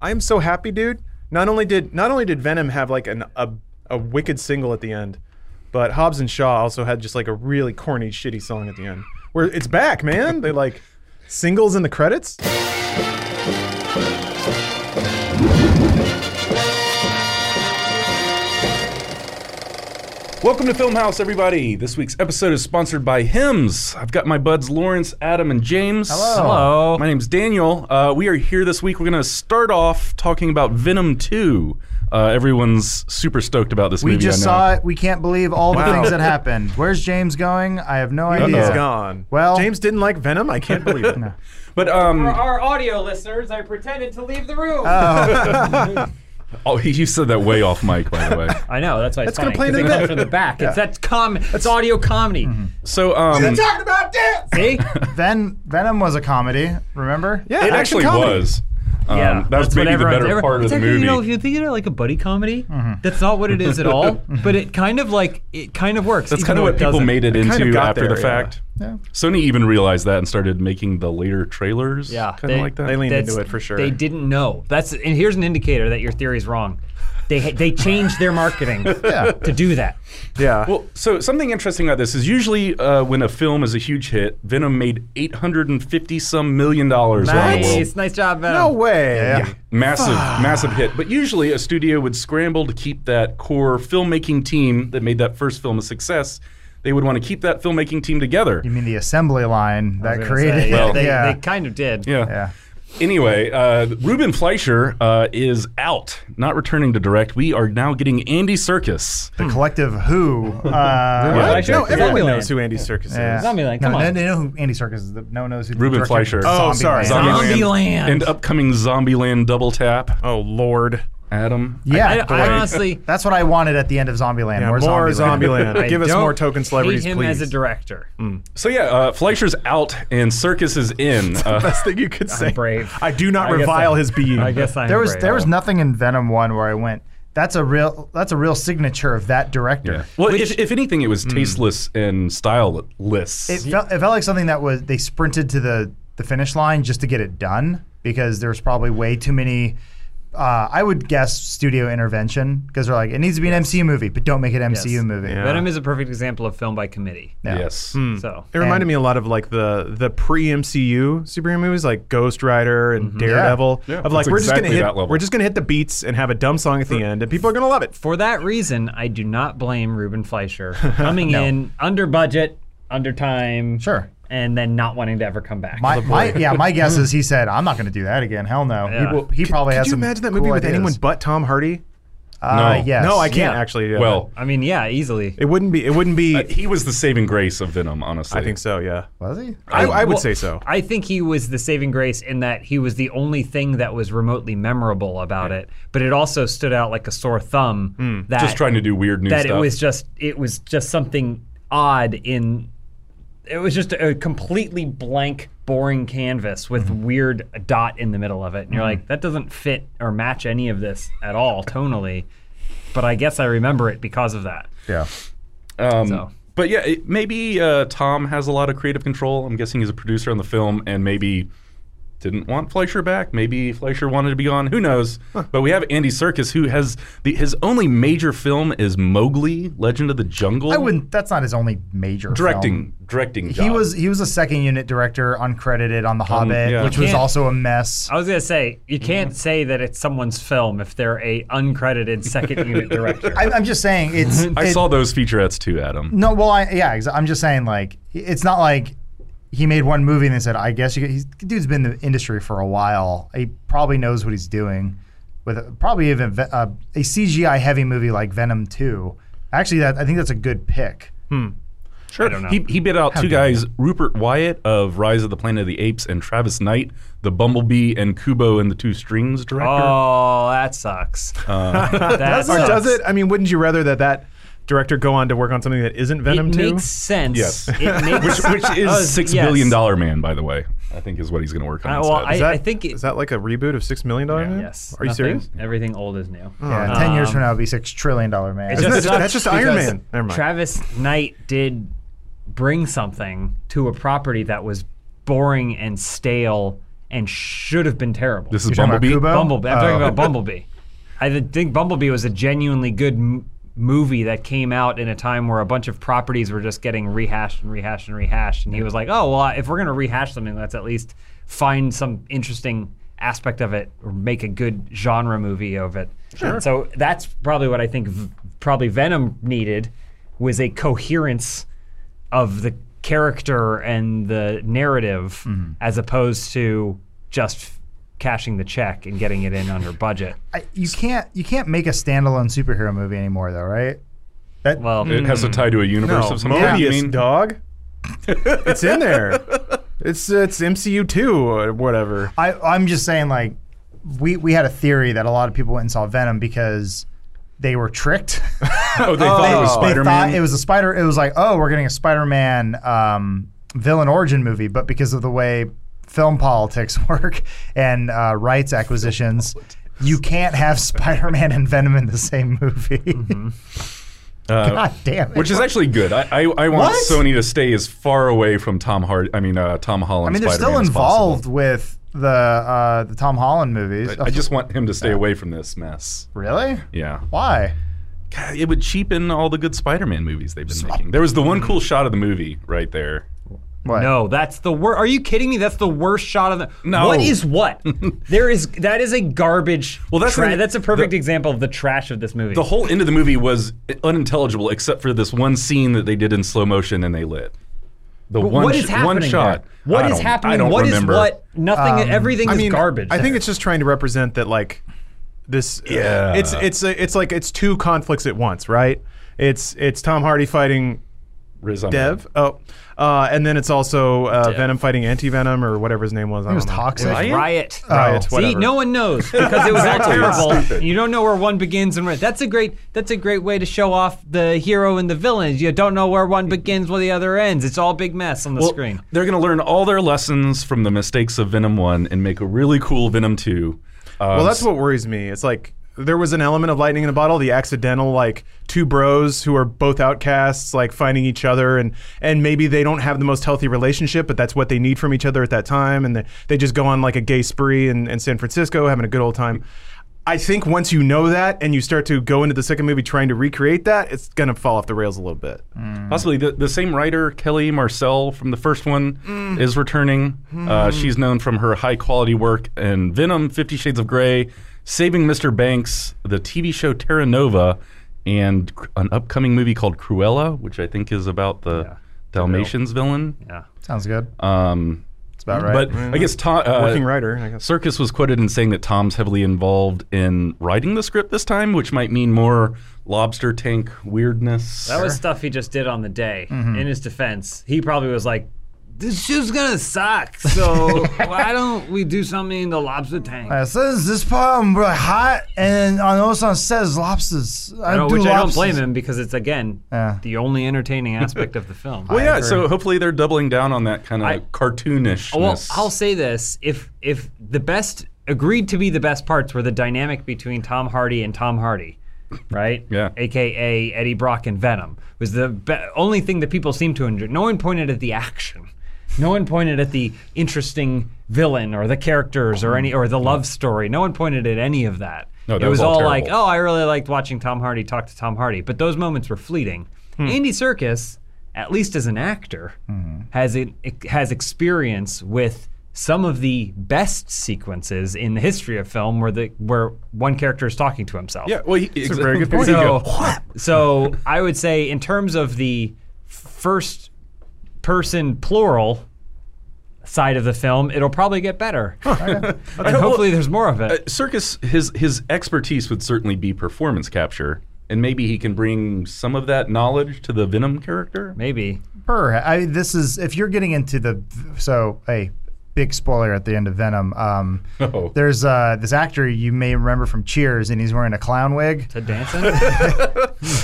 I am so happy, dude. Not only did not only did Venom have like an a, a wicked single at the end, but Hobbs and Shaw also had just like a really corny, shitty song at the end. Where it's back, man. They like singles in the credits. Welcome to Film House, everybody. This week's episode is sponsored by Hims. I've got my buds Lawrence, Adam, and James. Hello. My name's Daniel. Uh, we are here this week. We're going to start off talking about Venom 2. Uh, everyone's super stoked about this We movie. just I know. saw it. We can't believe all the things that happened. Where's James going? I have no idea. He's gone. Well- James didn't like Venom. I can't believe it. But um, For our audio listeners, I pretended to leave the room. oh, he- you said that way off mic, by the way. I know. That's why it's gonna play funny. 'cause in the it comes back. from the back. It's that's com. It's audio comedy. So um, Talking about dance. See? Ven- Venom was a comedy, remember? Yeah, it action actually comedy. was. Um, yeah, that was that's maybe what the everyone's better ever- part of it's the actually, movie. You know, if you think of it like a buddy comedy, that's not what it is at all. but it kind of like it kind of works. That's even kind of though what it people doesn't. made it kind into of got after there, the yeah. fact. Yeah. Sony even realized that and started making the later trailers. Yeah, kind of they- like that. They leaned That's- into it for sure. They didn't know. That's and here's an indicator that your theory is wrong. They ha- they changed their marketing to do that. Yeah. Well, so something interesting about this is usually uh, when a film is a huge hit, Venom made 850 some million dollars around the world. Nice, nice job, Venom. no way. Massive, massive hit. But usually a studio would scramble to keep that core filmmaking team that made that first film a success. They would want to keep that filmmaking team together. You mean the assembly line that created Say, it? yeah, Well- they, yeah. they kind of did. Yeah. yeah. Anyway, uh, Ruben Fleischer uh, is out, not returning to direct. We are now getting Andy Circus. Hmm. The collective Who. Uh, What? exactly. No, everyone Zombieland. knows who Andy Circus is. yeah. Zombieland, come no, on. No, they know who Andy Serkis is. The, no one knows who. the Ruben director- Fleischer. Oh, sorry. Zombieland. Zombie- Zombieland. And upcoming Zombieland double tap. Oh Lord. Adam. Yeah. I, I delayed. honestly That's what I wanted at the end of Zombieland. Yeah, more, more Zombieland. Zombieland. I Give us don't more token celebrities, hate him please. as a director. So yeah, uh, Fleischer's out and Circus is in. Uh, Best thing you could say. brave. I do not I guess revile I- his being. I guess I'm There was brave. there was nothing in Venom one where I went. That's a real that's a real signature of that director. well, if, if anything, it was tasteless and styleless. It felt it felt like something that was they sprinted to the the finish line just to get it done because there was probably way too many. Uh, I would guess studio intervention because they're like it needs to be an MCU movie, but don't make it an MCU Yes. movie. Yeah. Venom is a perfect example of film by committee. Mm. Yeah. Yes. So It reminded And- me a lot of like the the pre MCU superhero movies like Ghost Rider and Daredevil. Yeah. of like That's we're exactly just that gonna level. hit we're just gonna hit the beats and have a dumb song at the end and people are gonna love it. for that reason, I do not blame Ruben Fleischer coming in under budget, under time, Sure. and then not wanting to ever come back. My, my yeah, my guess is he said I'm not going to do that again. Hell no. Yeah. He, will- he probably Could has you some imagine that movie cool with anyone ideas. but Tom Hardy? Uh, No. yes. No, I can't Yeah. actually. do Well, I mean, yeah, easily. that. it wouldn't be. It wouldn't be. he was the saving grace of Venom, honestly. I think so. Yeah, Was he? I, I would Well, say so. I think he was the saving grace in that he was the only thing that was remotely memorable about it, but it also stood out like a sore thumb that Just trying to do weird new that stuff. it was just it was just something odd in it was just a completely blank boring canvas with Mm-hmm. weird dot in the middle of it and you're like that doesn't fit or match any of this at all tonally but i guess i remember it because of that Yeah. Um, So. But yeah, it, maybe uh, Tom has a lot of creative control. I'm guessing he's a producer on the film, and maybe didn't want Fleischer back. Maybe Fleischer wanted to be on. Who knows? But we have Andy Serkis, who has the, his only major film is Mowgli: Legend of the Jungle. I wouldn't. That's not his only major directing film. directing. He job. was he was a second unit director, uncredited on The Hobbit, yeah. which You was can't- also a mess. i was going to say you can't say that it's someone's film if they're a uncredited second unit director I, I'm just saying it's. I it- saw those featurettes too, Adam. No, well, I, yeah, exa- I'm just saying like it's not like he made one movie and they said, I guess you. Could, he's, dude's been in the industry for a while. He probably knows what he's doing. With a, probably even ve- uh, a CGI heavy movie like Venom Two, actually, that I think that's a good pick. Sure. know. He, he bid out two guys, Rupert Wyatt of Rise of the Planet of the Apes and Travis Knight, the Bumblebee and Kubo and the Two Strings director. oh that sucks Uh. that Or sucks. does it? I mean, wouldn't you rather that that director go on to work on something that isn't Venom it Two? makes sense Yes. it makes Which Oh, is six billion dollar yes. man, by the way. I think is what he's going to work on. Uh, well, instead. I- Is that- think it- is that like a reboot of Six Million Dollar Man? Yes. Are you Nothing- serious? Everything old is new. Oh, Yeah, ten years from now, it'll be six trillion dollar man. It just That's- sucks that's just Iron because Man. Never mind. Travis Knight did bring something to a property that was boring and stale and should have been terrible. This is talking about Bumblebee. Kubo? Bumblebee. I'm Oh. talking about Bumblebee. I th- think Bumblebee was a genuinely good m- movie that came out in a time where a bunch of properties were just getting rehashed and rehashed and rehashed. And he was like, oh, well, if we're going to rehash something, let's at least find some interesting aspect of it or make a good genre movie of it. Sure. So that's probably what I think v- probably Venom needed was a coherence of the character and the narrative Mm-hmm. as opposed to just cashing the check and getting it in under budget. I, you can't you can't make a standalone superhero movie anymore though, right? That Well, It has to tie to a No, universe of some kind. you Mobius, mean? dog. it's in there. It's it's MCU two or whatever. I, I'm just saying, like, we, we had a theory that a lot of people went and saw Venom because they were tricked. Oh, they thought it was Oh. they thought Spider-Man. it was a spider. It was like, oh, we're getting a Spider-Man um, villain origin movie, but because of the way film politics work and uh, rights acquisitions, you can't have Spider-Man and Venom in the same movie. Uh, God damn it! Which is actually good. I, I, I want What? Sony to stay as far away from Tom Hard. I mean, uh, Tom I Holland. mean, they're Spider-Man still as possible. involved with the uh, the Tom Holland movies. I just want him to stay away from this mess. really Yeah, why? God, it would cheapen all the good Spider-Man movies they've been making. There was the one cool shot of the movie right there. What? no, that's the worst. Are you kidding me? That's the worst shot of the. No. What is what? there is that is a garbage. Well, that's tra- the- that's a perfect the- example of the trash of this movie. The whole end of the movie was unintelligible except for this one scene that they did in slow motion and they lit. The But one, what sh- is happening? one shot. There? What I is don't- I happening? don't What is remember. what? Nothing. everything is garbage. I think it's just trying to represent that like this. Yeah. It's it's it's like it's two conflicts at once, right? It's it's Tom Hardy fighting Riz Ahmed. Dev. Oh, uh, and then it's also uh, Venom fighting Anti Venom or whatever his name was. I It was don't know. toxic. It's riot. Riot, See, whatever. no one knows because it was all Exactly. terrible. It's stupid. and You don't know where one begins and where that's a great that's a great way to show off the hero and the villain. is You don't know where one begins, where the other ends. It's all big mess on the Well, screen. They're going to learn all their lessons from the mistakes of Venom 1 and make a really cool Venom 2. Um, Well, that's what worries me. It's like there was an element of lightning in a bottle, the accidental like two bros who are both outcasts like finding each other and and maybe they don't have the most healthy relationship, but that's what they need from each other at that time and they, they just go on like a gay spree in, in San Francisco having a good old time. I think once you know that and you start to go into the second movie trying to recreate that, it's going to fall off the rails a little bit. Possibly the, the same writer, Kelly Marcel from the first one, is returning. Uh, she's known from her high quality work in Venom, Fifty Shades of Grey, Saving Mr. Banks, the TV show Terra Nova, and cr- an upcoming movie called Cruella, which I think is about the Dalmatians villain. Yeah. Sounds good. Um, That's about right. But I guess Tom, uh, Working writer, I guess. Circus was quoted in saying that Tom's heavily involved in writing the script this time, which might mean more lobster tank weirdness. That was stuff he just did on the day. In his defense, he probably was like, "This show's gonna suck, so why don't we do something in the lobster tank?" Uh, says this problem really hot, and on the other side says lobsters. I No, do Oh, which lobsters. I don't blame him because it's again Yeah. the only entertaining aspect of the film. Well, yeah. So hopefully they're doubling down on that kind I- of cartoonish. Oh, Well, I'll say this: if if the best agreed to be the best parts were the dynamic between Tom Hardy and Tom Hardy, right? Yeah. AKA Eddie Brock and Venom was the be- only thing that people seemed to enjoy. No one pointed at the action. No one pointed at the interesting villain or the characters or any or the love story. No one pointed at any of that. No, that it was, was all all like, terrible. oh, I really liked watching Tom Hardy talk to Tom Hardy, but those moments were fleeting. Andy Circus, at least as an actor, has it has experience with some of the best sequences in the history of film where the where one character is talking to himself. yeah. Well, he, a very good point. So, so I would say in terms of the first person plural side of the film, it'll probably get better. and hopefully there's more of it. uh, Circus, his his expertise would certainly be performance capture, and maybe he can bring some of that knowledge to the Venom character. Maybe. Per, I, this is if you're getting into the so hey, big spoiler at the end of Venom. Um, Oh. There's uh, this actor you may remember from Cheers, and he's wearing a clown wig. Ted Danson?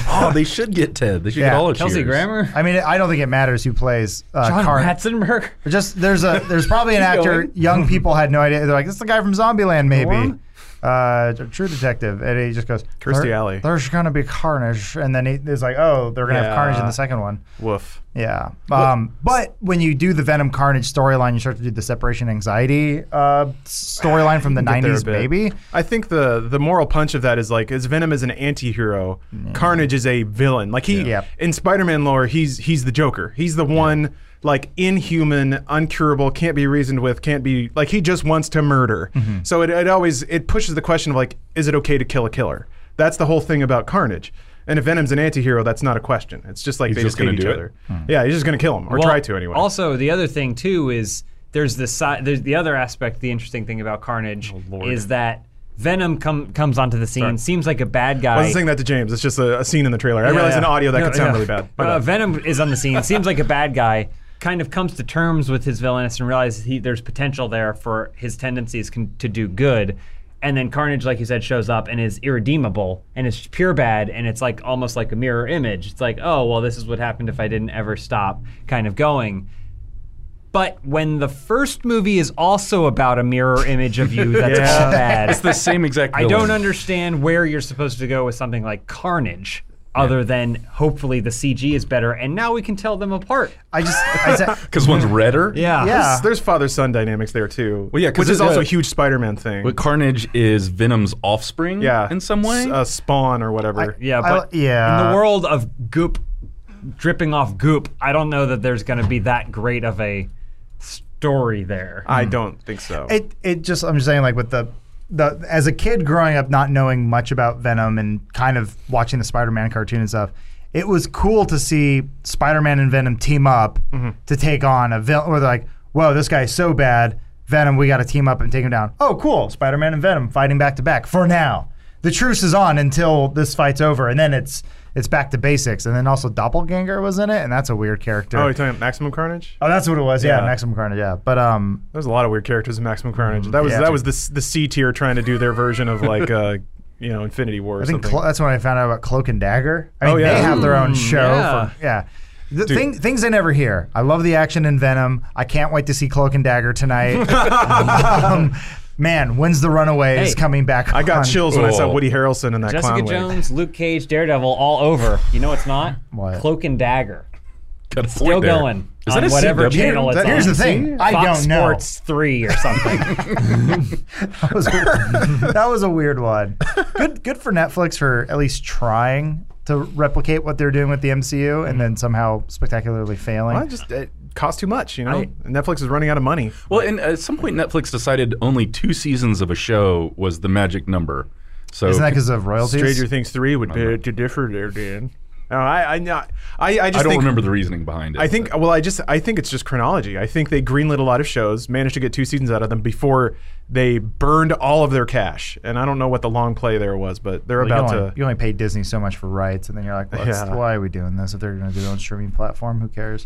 Oh, they should get Ted. They should get Yeah. all of Kelsey Cheers. Grammer? I mean, I don't think it matters who plays uh, John Car- Ratzenberger? Just there's a there's probably an actor going. young people had no idea. They're like, this is the guy from Zombieland, maybe. Norm? uh, True Detective, and he just goes, Kirstie "There- Alley." There's going to be carnage, and then he, it's like, oh, they're going to have carnage in Yeah. the second one. Woof. Yeah. Um, but when you do the Venom Carnage storyline, you start to do the separation anxiety uh, storyline from the Get there a 90s, bit. baby. I think the the moral punch of that is like, as Venom is an anti-hero, Carnage is a villain. Like he Yeah. in Spider-Man lore, he's he's the Joker. He's the one like inhuman, uncurable, can't be reasoned with, can't be like he just wants to murder. So it, it always it pushes the question of like, is it okay to kill a killer? That's the whole thing about Carnage. And if Venom's an anti-hero, that's not a question. It's just like they just just hate gonna each do it? other. Yeah, he's just gonna kill him or Well, try to anyway. Also, the other thing too is there's the side. There's the other aspect. The interesting thing about Carnage is that Venom come, comes onto the scene. Seems like a bad guy. I wasn't saying that to James. It's just a, a scene in the trailer. I realize in audio that No, could sound yeah. really bad. My Uh, bad. Venom is on the scene. Seems like a bad guy. Kind of comes to terms with his villainous and realizes he, there's potential there for his tendencies con- to do good. And then Carnage, like you said, shows up and is irredeemable and is pure bad. And it's like almost like a mirror image. It's like, oh, well, this is what happened if I didn't ever stop kind of going. But when the first movie is also about a mirror image of you, that's all bad. It's the same exact. I don't villain. understand where you're supposed to go with something like Carnage, other than hopefully the CG is better, and now we can tell them apart. I just, I said, Because one's redder. yeah. There's father son dynamics there too. Well, yeah, 'cause which it- is also uh, a huge Spider Man thing. But Carnage is Venom's offspring. yeah, In some way. S- uh, Spawn or whatever. Yeah, I- but yeah. in the world of goop, dripping off goop, I don't know that there's going to be that great of a story there. Hmm. I don't think so. It it just I'm just saying like with the the as a kid growing up not knowing much about Venom and kind of watching the Spider-Man cartoon and stuff, it was cool to see Spider-Man and Venom team up to take on a villain where they're like, "Whoa, this guy's so bad, Venom, we got to team up and take him down." Oh, cool. Spider-Man and Venom fighting back to back for now. The truce is on until this fight's over and then it's it's back to basics. And then also Doppelganger was in it and that's a weird character. oh, you're talking about Maximum Carnage? Uh, Oh, that's what it was. Yeah, Yeah. Maximum Carnage, yeah. But um There's a lot of weird characters in Maximum Carnage. Mm, That was yeah. that was the s- the C tier trying to do their version of like uh, you know Infinity War or I think something. Clo- that's when I found out about Cloak and Dagger. I mean, Oh, yeah. they have their own Mm, show. yeah. For, yeah. The thing, things I never hear. I love the action in Venom. I can't wait to see Cloak and Dagger tonight. um, man, when's the Runaways Hey. coming back? I got on? chills when I saw Oh. Woody Harrelson in that Jessica clown wig. Jones, Luke Cage, Daredevil, all over. You know it's not What? Cloak and Dagger. Got a Still point there. going Is on that a whatever CW? channel it's That- on. Here's the thing. I Fox don't know. Sports three or something. That was, that was a weird one. Good, good for Netflix for at least trying to replicate what they're doing with the MCU and then somehow spectacularly failing. Mm. Well, it just it cost too much, you know. Netflix is running out of money. Well, and at some point, Netflix decided only two seasons of a show was the magic number. So Isn't that because of royalties? Stranger Things three would be to differ there, Dan. No, I I not I I just I don't think remember the reasoning behind it. I think. Well, I just. I think it's just chronology. I think they greenlit a lot of shows, managed to get two seasons out of them before they burned all of their cash. And I don't know what the long play there was, but they're Well, about you to. only, you only pay Disney so much for rights, and then you're like, well, that's- Yeah. why are we doing this? If they're going to do their own streaming platform, who cares?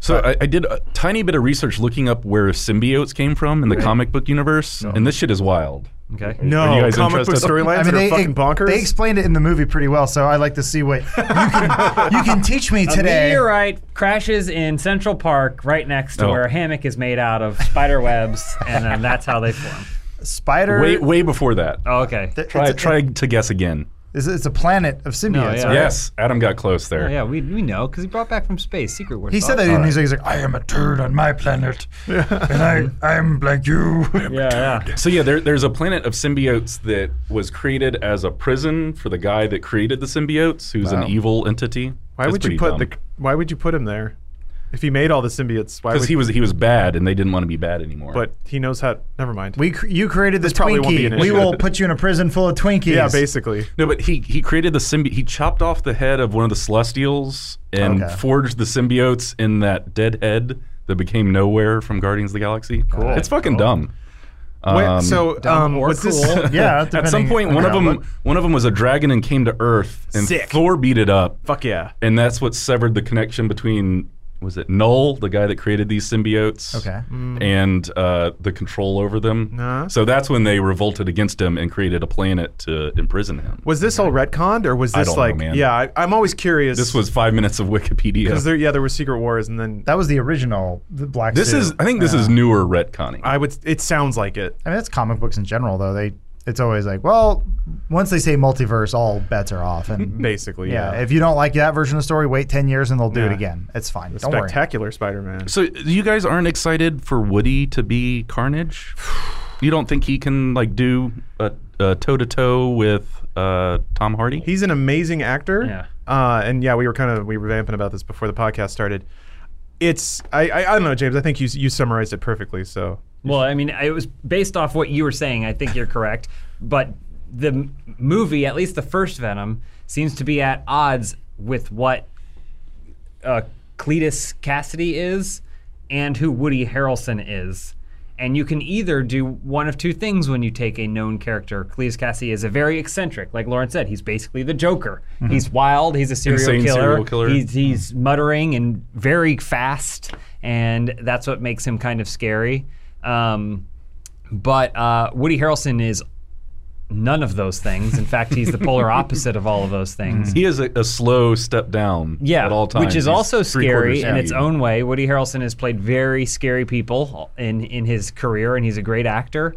so. I, I did a tiny bit of research looking up where symbiotes came from in the comic book universe, and this shit is wild. okay. Are you no guys comic book interested? storylines are fucking bonkers. They explained it in the movie pretty well, so I like to see what you can, you can teach me A today. meteorite crashes in Central Park right next to Oh. where a hammock is made out of spider webs, and then that's how they form. Spider. Way way before that. Oh, okay. Th- try it's, try to guess again. It's, it's a planet of symbiotes. yeah. right? Yes, Adam got close Oh, there. yeah, we, we know because he brought back from space Secret Wars. He said dog. that in the music. He's like, I am a turd on my planet, and I I'm like you. Yeah, yeah. So yeah, there, there's a planet of symbiotes that was created as a prison for the guy that created the symbiotes, who's an evil entity. why would you put the? Why would you put him there? If he made all the symbiotes, why would Because he was he was bad, and they didn't want to be bad anymore. But he knows how. Never mind. We cr- you created this probably won't be Twinkie. an We issue. will put you in a prison full of Twinkies. yeah, basically. No, but he he created the symbiote. He chopped off the head of one of the Celestials and Okay. forged the symbiotes in that dead head that became nowhere from Guardians of the Galaxy. Cool. It's fucking dumb. Wait, Um, so um, or was this? cool. Yeah. at some depending- point, one of Yeah, them but- one of them was a dragon and came to Earth, and Sick. Thor beat it up, Fuck yeah. and that's what severed the connection between was it Null, the guy that created these symbiotes, Okay. and uh, the control over them. Nah. So that's when they revolted against him and created a planet to imprison him. Was this all retconned or was I this don't know, like? man. yeah, I, I'm always curious. This was five minutes of Wikipedia. because there. Yeah, there were Secret Wars, and then That was the original the Black. This Suit. is, I think, this is newer retconning. I would. It sounds like it. I mean, that's comic books in general, though. They it's always like, well, once they say multiverse, all bets are off. And Basically, yeah, yeah. if you don't like that version of the story, wait ten years and they'll do it Yeah. again. It's fine. don't worry. Spectacular Spider-Man. So you guys aren't excited for Woody to be Carnage? You don't think he can like do a toe to toe with uh, Tom Hardy? He's an amazing actor. Yeah. Uh, and yeah, we were kind of we were vamping about this before the podcast started. It's I, I I don't know, James. I think you you summarized it perfectly. So Well, I mean, it was based off what you were saying. I think you're correct, but the m- movie, at least the first Venom, seems to be at odds with what uh, Cletus Cassidy is and who Woody Harrelson is. And you can either do one of two things when you take a known character. Cletus Cassidy is a very eccentric, like Lauren said. He's basically the Joker. He's wild. He's a serial Mm-hmm. Insane killer. serial killer. Mm-hmm. He's, he's muttering and very fast, and that's what makes him kind of scary. Um, but uh, Woody Harrelson is none of those things. In fact, he's the polar opposite of all of those things. He is a, a slow step down Yeah, at all times. which is He's also three-quarters scary in its speed. own way. Woody Harrelson has played very scary people in in his career, and he's a great actor.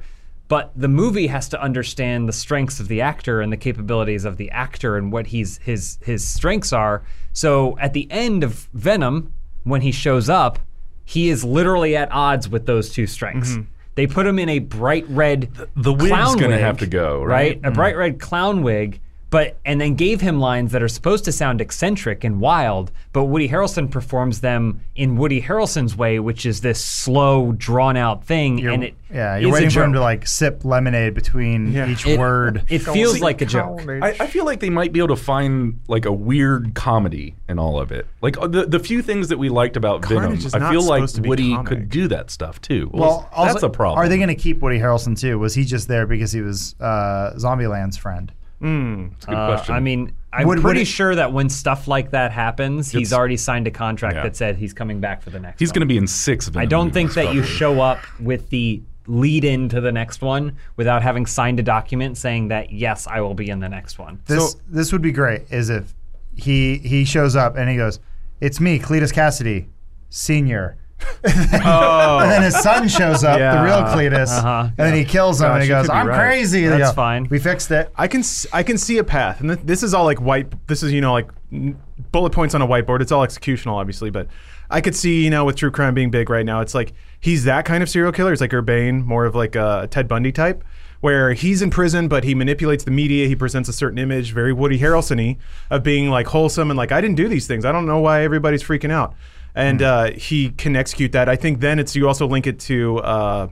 But the movie has to understand the strengths of the actor and the capabilities of the actor and what he's his his strengths are. So at the end of Venom, when he shows up, he is literally at odds with those two strengths. They put him in a bright red Mm-hmm. the wig's clown gonna wig, have to go, right? right? Mm. a bright red clown wig, but and then gave him lines that are supposed to sound eccentric and wild, but Woody Harrelson performs them in Woody Harrelson's way, which is this slow, drawn out thing, and it yeah, you're is a waiting for him joke. to like sip lemonade between Yeah. each It- word. It feels like a joke. I, I feel like they might be able to find like a weird comedy in all of it. Like uh, the the few things that we liked about Venom, Carnage is I not feel like supposed to be Woody comic. could do that stuff too. well, also, that's a problem. Are they going to keep Woody Harrelson too? Was he just there because he was uh, Zombieland's friend? That's a good Uh, question. I mean, I'm Would- would pretty it- sure that when stuff like that happens, he's It's- already signed a contract Yeah. that said he's coming back for the next. he's one. going to be in six. Venom I don't think movies, that you probably. show up with the lead in to the next one without having signed a document saying that yes, I will be in the next one. This this would be great. Is if he he shows up and he goes, "It's me, Cletus Cassidy, senior." and then his son shows up, the Oh. Yeah. real Cletus, Uh-huh. and then he kills him and Gosh, he you goes, could be "I'm right. crazy." And they That's go, fine. We fixed it. I can s- I can see a path, and th- this is all like white. This is you know like n- bullet points on a whiteboard. It's all executional, obviously, but I could see you know with true crime being big right now. It's like he's that kind of serial killer. It's like Urbane, more of like a Ted Bundy type, where he's in prison, but he manipulates the media. He presents a certain image, very Woody Harrelson-y, of being like wholesome and like I didn't do these things. I don't know why everybody's freaking out, and uh, he can execute that. I think then it's you also link it to. Uh,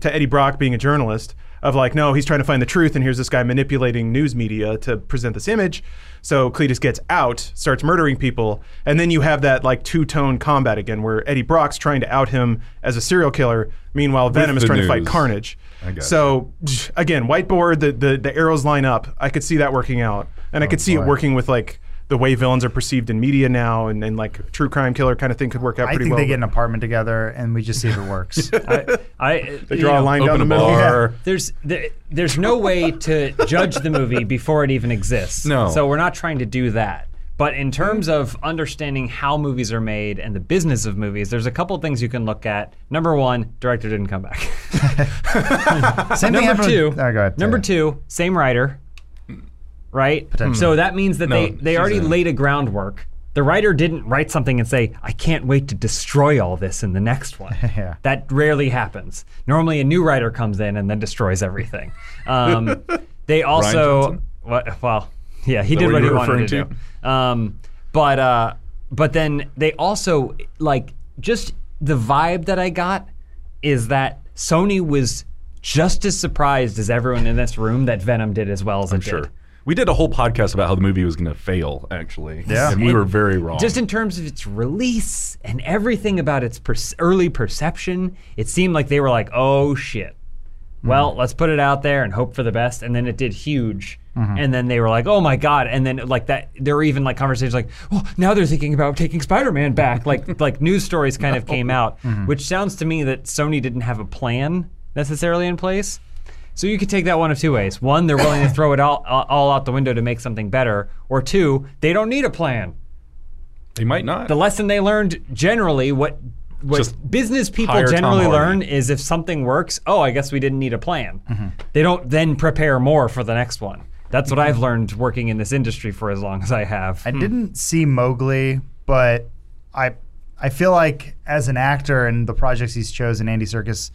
to Eddie Brock being a journalist of like, no, he's trying to find the truth, and here's this guy manipulating news media to present this image. So Cletus gets out, starts murdering people, and then you have that like two-tone combat again, where Eddie Brock's trying to out him as a serial killer, meanwhile Venom is the trying to fight news. Carnage. I got So psh, again, whiteboard, the, the the arrows line up. I could see that working out, and Oh, I could see boy. it working with like the way villains are perceived in media now, and, and like true crime killer kind of thing could work out I pretty think well. they get an apartment together and we just see if it works. I, I They draw a line down Open the a middle. bar. There's there, there's no way to judge the movie before it even exists. No. So we're not trying to do that. But in terms of understanding how movies are made and the business of movies, there's a couple things you can look at. Number one, director didn't come back. Same thing Number happened two, With, oh, go ahead, number Taylor. two, same writer, right? So that means that they, No, they she's already in. laid a groundwork. The writer didn't write something and say, I can't wait to destroy all this in the next one. Yeah. That rarely happens. Normally, a new writer comes in and then destroys everything. Um, they also, Johnson? what, well, yeah, he that did what what you he were wanted to, referring do. Um, but uh, but then they also like just the vibe that I got is that Sony was just as surprised as everyone in this room that Venom did as well as it sure. did. We did a whole podcast about how the movie was going to fail, actually. Yeah. and we were very wrong. Just in terms of its release and everything about its per- early perception, it seemed like they were like, "Oh shit." Well, let's put it out there and hope for the best, and then it did huge. And then they were like, "Oh my god!" And then like that, there were even like conversations like, "Well, now they're thinking about taking Spider-Man back." Like like news stories kind of came out, which sounds to me that Sony didn't have a plan necessarily in place. So you could take that one of two ways. One, they're willing to throw it all all out the window to make something better, or two, they don't need a plan they might not. the lesson they learned generally what what Just business people hire Tom generally Hardy. learn is if something works, oh, I guess we didn't need a plan. Mm-hmm. They don't then prepare more for the next one. That's what I've learned working in this industry for as long as I have. I Hmm. didn't see Mowgli, but I I feel like as an actor and the projects he's chosen, Andy Circus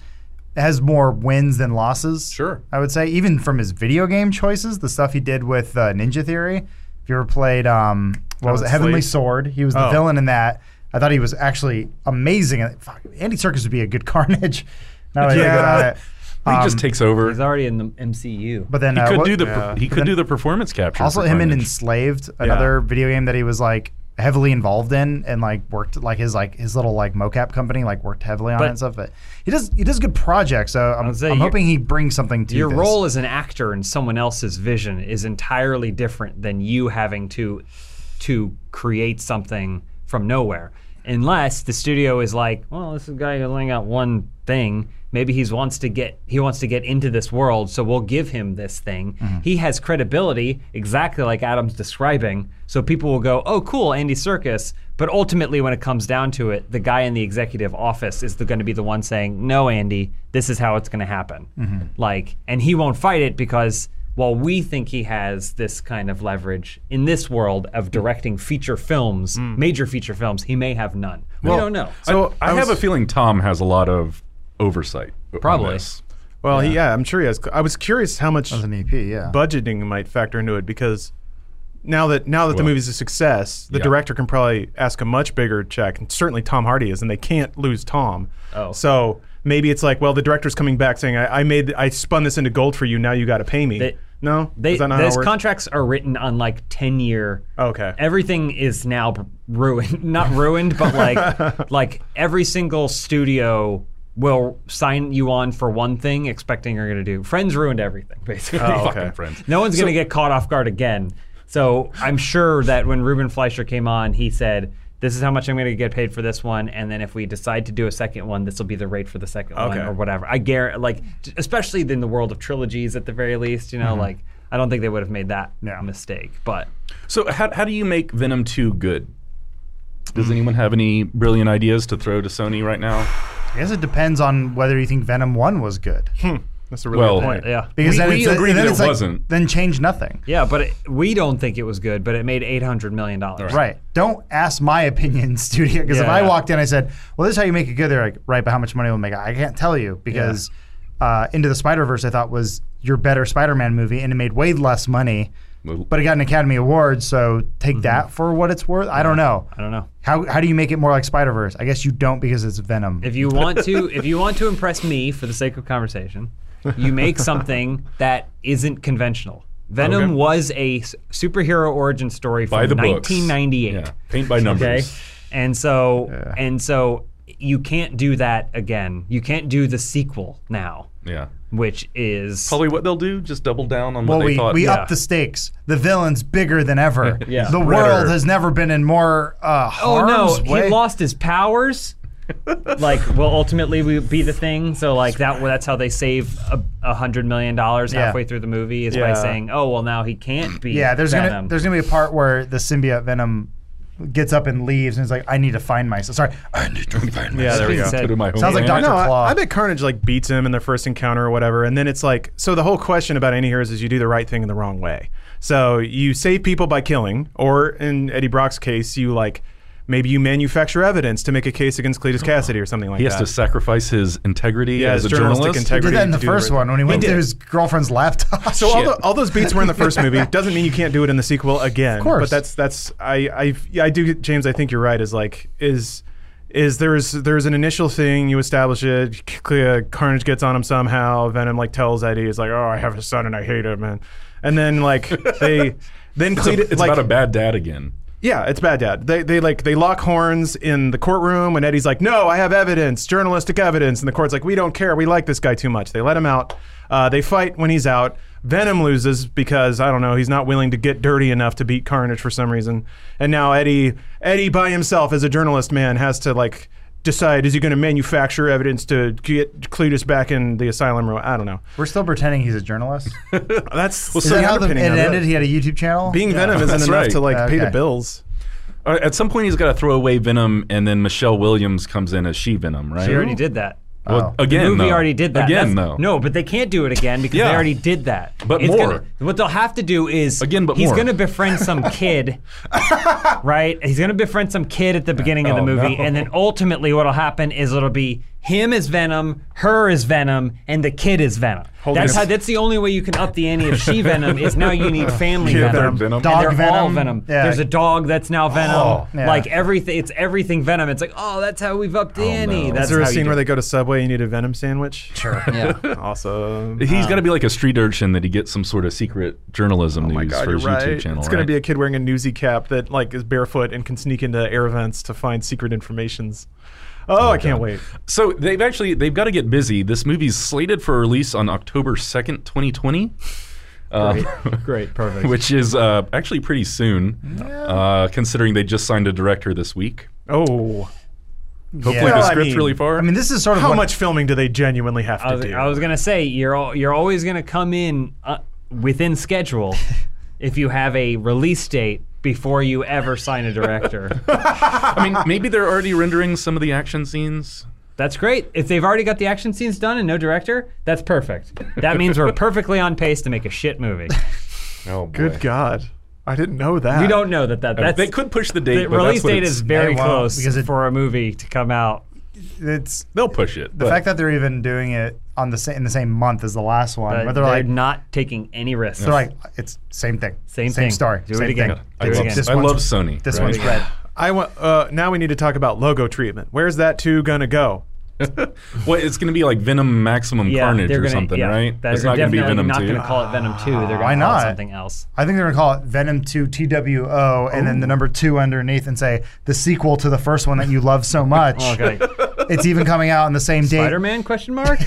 has more wins than losses. Sure. I would say even from his video game choices, the stuff he did with uh, Ninja Theory. If you ever played, um, what was it, Haven't Heavenly played. Sword? He was the Oh. villain in that. I thought he was actually amazing. And, Fuck, Andy Circus would be a good Carnage. Now that I think Yeah. about it. he Um, just takes over. He's already in the MCU. But then He uh, could what- do the per- yeah. he could do the performance capture. also for him in Carnage. enslaved another video game that he was like heavily involved in and like worked like his like his little like mocap company like worked heavily on it But- and stuff but he does he does good projects so i'm, would say I'm your- hoping he brings something to Your this. role as an actor in someone else's vision is entirely different than you having to to create something from nowhere. Unless the studio is like, well, this guy has only got one thing. Maybe he's wants to get he wants to get into this world, so we'll give him this thing. He has credibility, exactly like Adam's describing. So people will go, "Oh, cool, Andy Circus." But ultimately, when it comes down to it, the guy in the executive office is going to be the one saying, "No, Andy, this is how it's going to happen." Like, and he won't fight it because while we think he has this kind of leverage in this world of directing feature films, major feature films, he may have none. we don't know. So I, I have a was- feeling Tom has a lot of oversight. on Probably. this. Well, yeah, yeah I'm sure he has. I was curious how much as an ep yeah budgeting might factor into it because now that now that the Well, movie's a success, the yeah. director can probably ask a much bigger check, and certainly Tom Hardy is, and they can't lose Tom. Oh. so maybe it's like, well, the director's coming back saying, "I, I made, I spun this into gold for you. Now you got to pay me." They- no, They, is that not how it those works? contracts are written on like 10 year. Okay. Everything is now b- ruined. Not ruined, but like like every single studio will sign you on for one thing expecting you're going to do. Friends ruined everything, basically. Oh, okay. Fucking friends. No one's going to get caught off guard again. So I'm sure that when Ruben Fleischer came on, he said, "This is how much I'm going to get paid for this one, and then if we decide to do a second one, this will be the rate for the second one Okay. or whatever." I guarantee, like, j- especially in the world of trilogies, at the very least, you know, Mm-hmm. like I don't think they would have made that mistake. But So how how do you make Venom two good? Does anyone have any brilliant ideas to throw to Sony right now? i guess it depends on whether you think venom 1 was good Hmm, That's a really Well, good point. yeah, because We- then we it's, agree then that it it's like, wasn't. then change nothing yeah, but it, we don't think it was good, but it made 800 million dollars. Right. Don't ask my opinion, studio. Because if Yeah. I walked in, I said, "Well, this is how you make it good." They're like, "Right, but how much money will it make?" I can't tell you because uh, Into the Spider Verse, I thought was your better Spider-Man movie, and it made way less money, Well- but it got an Academy Award. So take that for what it's worth. I don't know. Mm-hmm. I don't know. How how do you make it more like Spider Verse? I guess you don't because it's Venom. If you want to, if you want to impress me for the sake of conversation, you make something that isn't conventional. Venom Okay. was a s- superhero origin story from By the books. 1998. Yeah. Paint by Okay, numbers. and so and so you can't do that again. You can't do the sequel now, Yeah. which is Probably what they'll do, just double down on well, what they we, thought. we yeah. up the stakes. The villain's bigger than ever. Yeah. The world has never been in more uh, oh harm's no, way. he lost his powers. like will ultimately we be the thing. So like that that's how they save a, a hundred million dollars Yeah. halfway through the movie is by Yeah. saying, oh well now he can't be. Yeah, there's Venom. gonna there's gonna be a part where the symbiote Venom gets up and leaves, and it's like, I need to find myself. Sorry, I need to find myself. Yeah, there we go. Said- Go to my Sounds like homeland. Doctor- No, Claw. I, I bet Carnage like beats him in their first encounter or whatever, and then it's like so the whole question about any heroes is you do the right thing in the wrong way. So you save people by killing, or in Eddie Brock's case, you like maybe you manufacture evidence to make a case against Cletus Cassidy or something like He has that. to sacrifice his integrity Yeah, as his a journalistic journalist. He did integrity that to in the do the first right- one when he went to his girlfriend's laptop. So uh, all, Shit. the, all those beats were in the first movie. Doesn't mean you can't do it in the sequel again. Of course. but that's that's I I yeah, I do get- James. I think you're right. Is like is is there's there's an initial thing you establish it. c- c- Carnage gets on him somehow. Venom like tells Eddie, "Is like, oh, I have a son and I hate him, man." And then like they then It's, a- Cletus it's like, about a bad dad again. yeah, it's bad dad. They they like they lock horns in the courtroom and Eddie's like, "No, I have evidence, journalistic evidence." And the court's like, "We don't care. We like this guy too much." They let him out. Uh, they fight when he's out. Venom loses because I don't know, he's not willing to get dirty enough to beat Carnage for some reason. And now Eddie Eddie by himself as a journalist man has to like decide is he going to manufacture evidence to get Cletus back in the asylum room? I don't know. We're still pretending he's a journalist. That's Well, well, so so Is that how the, underpinning it of it. ended? He had a YouTube channel. Being Venom isn't That's enough right. to like pay the Okay. bills. uh, at some point he's got to throw away Venom, and then Michelle Williams comes in as she Venom, right? They already did that. Well, Oh. again, the movie though. already did that. Again, though. That's- No, but they can't do it again because Yeah. they already did that. But It's more. gonna- what they'll have to do is Again, but he's more. gonna befriend some kid, right? He's gonna befriend some kid at the beginning of the Oh, movie, no. and then ultimately what'll happen is it'll be him as Venom, her as Venom, and the kid is Venom. that's this. how. That's the only way you can up the ante of she Venom is now you need family Kid Venom. Venom. And Dog they're all Venom. Venom. Yeah. There's a dog that's now Venom. Oh. Yeah. Like everything, it's everything Venom. It's like, oh, that's how we've upped the ante. no. That's Is there a how you scene do where it. they go to Subway and eat a Venom sandwich? Sure. Yeah. Awesome. He's got to be like a street urchin that he gets some sort of secret journalism uh, Oh my news God, for you're his YouTube right. channel. it's gonna right? be a kid wearing a newsy cap that like is barefoot and can sneak into air vents to find secret informations. Oh, I can't wait. So they've actually they've got to get busy. This movie's slated for release on October second, twenty twenty. Uh, Great, perfect. Which is uh, actually pretty soon, uh, considering they just signed a director this week. oh, Hopefully, Well, the I script's mean- really far. I mean, this is sort of how what- much filming do they genuinely have I to was, do? I was gonna say you're al- you're always gonna come in uh, within schedule if you have a release date before you ever sign a director. I mean, maybe they're already rendering some of the action scenes. that's great. If they've already got the action scenes done and no director, that's perfect. That means we're perfectly on pace to make a shit movie. Oh, Good God, I didn't know that. We don't know that that that's they could push the date. the but release that's what date it's- is very They won't, close because it- for a movie to come out. it's They'll push it. the fact that they're even doing it on the sa- in the same month as the last one, But where they're they're like, not taking any risks. they're like, it's same thing, Same same thing. story, Do it same again. thing. I Do it love, again. This I one's- love Sony. This right? one's red. I want. Uh, now we need to talk about logo treatment. Where's that two gonna go? Well, it's going to be like Venom Maximum yeah, Carnage they're or gonna, something, yeah, right? They're It's not going to be definitely Venom not 2. gonna call it Venom Two. They're gonna Ah, Why call not? it something else. I think they're gonna call it Venom Two TWO, and then the number two underneath, and say the sequel to the first one that you love so much. Oh, Okay. It's even coming out on the same date. Spider-Man question mark?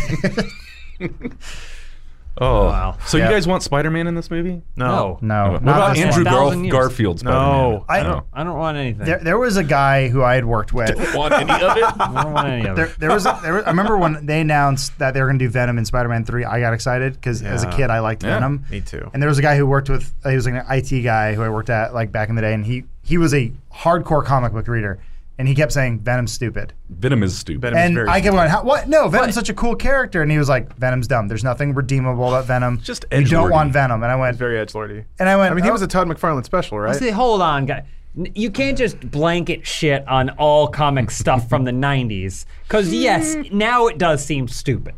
oh, Wow. So Yeah. you guys want Spider-Man in this movie? No. No, what not about this one. Andrew one. Garf- Thousand years. Garfield Spider-Man? No. I- don't I don't want anything. There, there was a guy who I had worked with. want any of it. I don't want any of There, it. there was, a, there was. I remember when they announced that they were going to do Venom in Spider-Man Three. I got excited because as a Yeah. kid I liked Yeah, Venom. me too. And there was a guy who worked with. He was like an IT guy who I worked at like back in the day, and he he was a hardcore comic book reader, and he kept saying Venom's stupid, Venom is stupid. Venom- Venom's and very I kept going, How, "What? No, Venom's such a cool character," and he was like, "Venom's dumb. There's nothing redeemable about Venom. Just you don't edgelordy. want Venom." And I went, Very edge lordy. and I went, I mean, he uh, "Oh." was a Todd McFarlane special, right? See, hold on, guy. N- You can't just blanket shit on all comic stuff from the 90s. Because, yes, now it does seem stupid.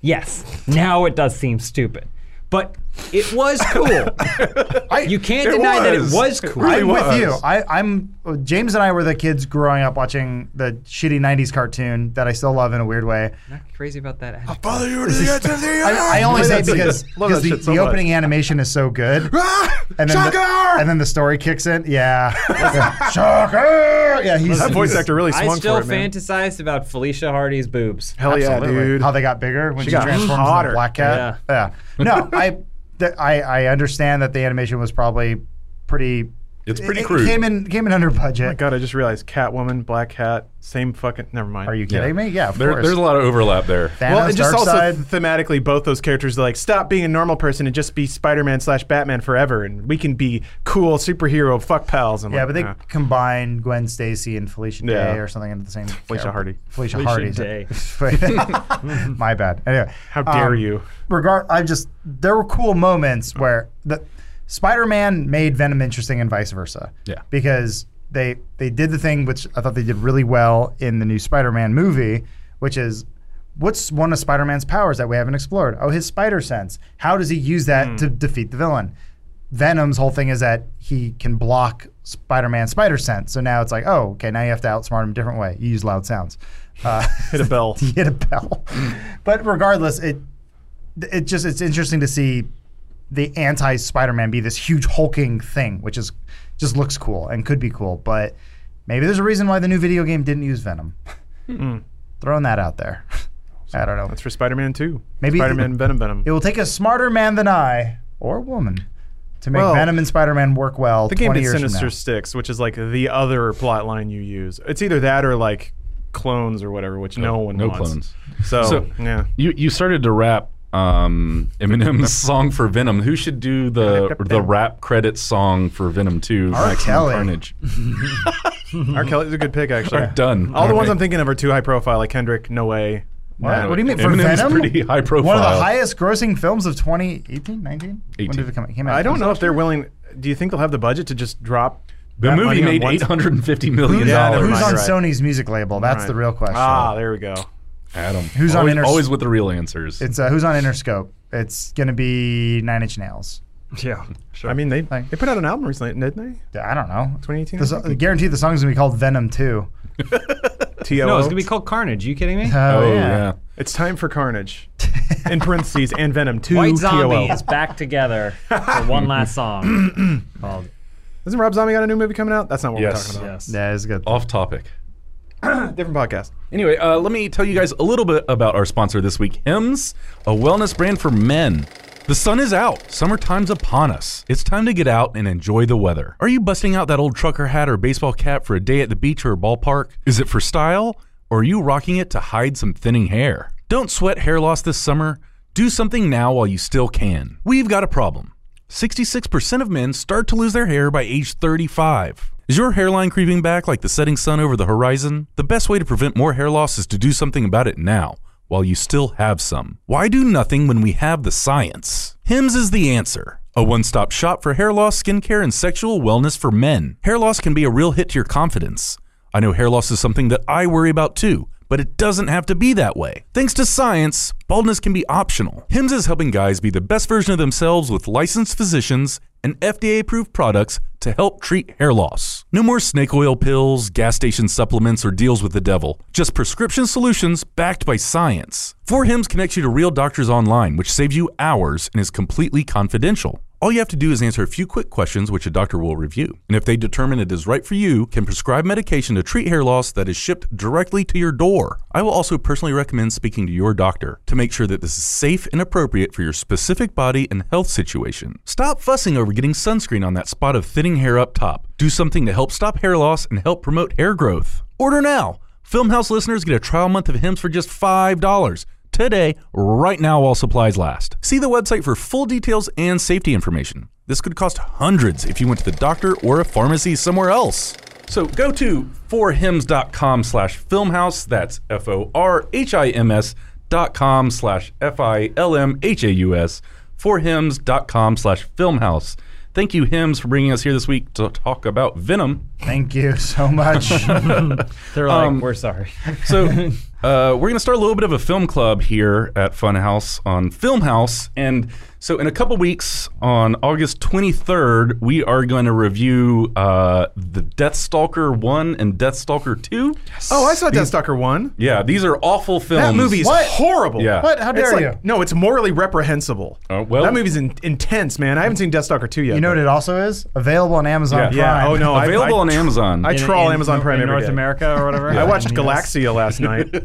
Yes, now it does seem stupid. But it was cool. you can't it deny that it was. was It cool. really I'm was. with you. I, I'm uh, James and I were the kids growing up watching the shitty '90s cartoon that I still love in a weird way. I'm not crazy about that. attitude. Father, you were the edge of the I, I only say Love it that because, shit. Love because that the, shit so the much. opening animation is so good. Ah, And then, the, Shocker! and then the story kicks in. Yeah. Yeah. Shocker! Yeah, he's that voice he's- actor really swung I still for it, man. fantasized about Felicia Hardy's boobs. Hell yeah, Absolutely. dude. How they got bigger when She she, got transformed hotter. into a black cat. Yeah. No, I, th- I I understand that the animation was probably pretty. It's pretty it- crude. It came in came in under Oh My budget. God, I just realized Catwoman, Black Cat, same fucking. Never mind. Are you kidding me? Yeah, of There- course. there's a lot of overlap there. Thanos, Well, and just also Darkseid. thematically, both those characters are like, stop being a normal person and just be Spider-Man slash Batman forever, and we can be cool superhero fuck pals. And yeah, like, but they "Nah." combine Gwen Stacy and Felicia Day Yeah. or something into the same. Felicia Hardy. Felicia, Felicia Hardy. Day. My bad. Anyway, how dare um, you? Regard. I just there were cool moments where the Spider-Man made Venom interesting and vice versa. Yeah. Because they they did the thing which I thought they did really well in the new Spider-Man movie, which is. What's one of Spider-Man's powers that we haven't explored? Oh, his spider sense. How does he use that to defeat the villain? Venom's whole thing is that he can block Spider-Man's spider sense. So now it's like, oh, okay, now you have to outsmart him a different way. You use loud sounds. Uh, Hit a bell. you hit a bell. but regardless, it it just it's interesting to see the anti Spider-Man be this huge hulking thing, which is just looks cool and could be cool. But maybe there's a reason why the new video game didn't use Venom. Throwing that out there. I don't know. Hmm. That's for Spider-Man 2. Maybe- Spider-Man Venom Venom. It will take a smarter man than I or woman to make Well, Venom and Spider-Man work well. the game 20 did years from Sinister now. Six, which is like the other plot line you use. It's either that or like clones or whatever, which no one no wants. clones. So, So- yeah. You you started to wrap um, Eminem's song for Venom. Who should do the the rap credit song for Venom 2? R. Maximum Kelly. Carnage. R. Kelly's a good pick, actually. Done. All the ones Alright. I'm thinking of are too high profile, like Kendrick, No Way. What, what do you mean for Eminem's Venom? pretty high profile. One of the highest grossing films of 2018, 19? When 18. did it come out? It came out I don't in know if they're willing. Do you think they'll have the budget to just drop? The that movie money on made one- eight hundred and fifty million Yeah, never dollars. Who's mind, on right. Sony's music label? That's the Right. real question. Ah, there we go. Adam. Who's on always, Inter- always with the real answers. It's uh, who's on Interscope? It's gonna be Nine Inch Nails. Yeah. I mean, they Thanks. they put out an album recently, didn't they? I don't know. 2018. The, so- guaranteed the song's gonna be called Venom Two. T.O. No, it's gonna be called Carnage. you kidding me? oh yeah. It's time for Carnage. Oh. In parentheses, and Venom 2 White TOL. Zombie is back together for one last song called Isn't Rob Zombie got a new movie coming out? That's not what Yes. we're talking about. Yes. That is good. Off topic. Different podcast. Anyway, uh, let me tell you guys a little bit about our sponsor this week, Hims, a wellness brand for men. The sun is out. Summertime's upon us. It's time to get out and enjoy the weather. Are you busting out that old trucker hat or baseball cap for a day at the beach or a ballpark? Is it for style, or are you rocking it to hide some thinning hair? Don't sweat hair loss this summer. Do something now while you still can. We've got a problem. 66% of men start to lose their hair by age 35. Is your hairline creeping back like the setting sun over the horizon? The best way to prevent more hair loss is to do something about it now, while you still have some. Why do nothing when we have the science? Hims is the answer. A one stop shop for hair loss, skincare, and sexual wellness for men. Hair loss can be a real hit to your confidence. I know hair loss is something that I worry about too, but it doesn't have to be that way. Thanks to science, baldness can be optional. Hims is helping guys be the best version of themselves with licensed physicians and FDA approved products to help treat hair loss. No more snake oil pills, gas station supplements, or deals with the devil. Just prescription solutions backed by science. 4Hims connects you to real doctors online, which saves you hours and is completely confidential. All you have to do is answer a few quick questions, which a doctor will review. And if they determine it is right for you, can prescribe medication to treat hair loss that is shipped directly to your door. I will also personally recommend speaking to your doctor to make sure that this is safe and appropriate for your specific body and health situation. Stop fussing over getting sunscreen on that spot of thinning hair up top. Do something to help stop hair loss and help promote hair growth. Order now. Filmhouse listeners get a trial month of Hims for just $5 today, right now, while supplies last. See the website for full details and safety information. This could cost hundreds if you went to the doctor or a pharmacy somewhere else. So go to forhims.com slash filmhouse. That's F O R H I M S dot com slash F I L M H A U S. Forhims.com slash filmhouse. Thank you, Hims, for bringing us here this week to talk about Venom. Thank you so much. They're like, Um, we're sorry. So uh, we're going to start a little bit of a film club here at Funhouse on Filmhouse, and so in a couple weeks on August 23rd, we are going to review uh, the Deathstalker one and Deathstalker two. Oh, I saw Deathstalker 1. Yeah, these are awful films. That movie's What? horrible. Yeah. What? How It's dare like, you? No, it's morally reprehensible. Uh, well- that movie's in, intense, man. I haven't seen Deathstalker 2 yet. You know but- what it also is available on Amazon Yeah. Prime. Yeah, oh no. I- available I, on Amazon. I trawl in- Amazon Prime in every North day. America or whatever. I watched In the US. Galaxia last night.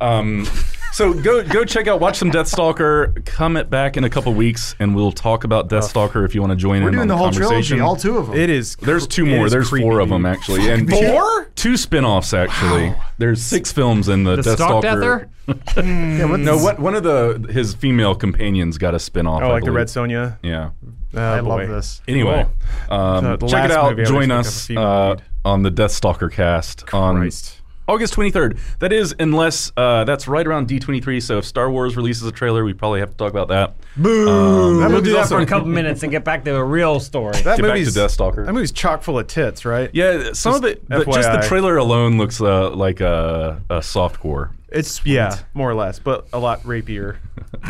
Um, so go go check out watch some Deathstalker. Come it back in a couple weeks, and we'll talk about Deathstalker if you want to join We're in doing on the whole conversation. trilogy, all two of them. It is. There's two it more. is There's four of creepy. them actually, and Four? two spin-offs actually. There's six films in the, The Death Stalk Stalker. Deather? Yeah, what- No, what one of the his female companions got a spin-off. Oh, I like the believe. Red Sonja. Yeah. Oh, I boy. love this. Anyway, um, So the check it last out. movie I always think Join of us a female uh, lead. on the Death Stalker cast Christ. on August 23rd. That is, unless uh, that's right around D23. So if Star Wars releases a trailer, we probably have to talk about that. That Um, We'll movie's do that also- for a couple minutes and get back to the real story. That Get back to movie's Deathstalker. That movie's chock full of tits, right? Yeah, some of it, but just the FYI. trailer alone looks uh, like a, a soft core. It's yeah, more or less, but a lot rapier.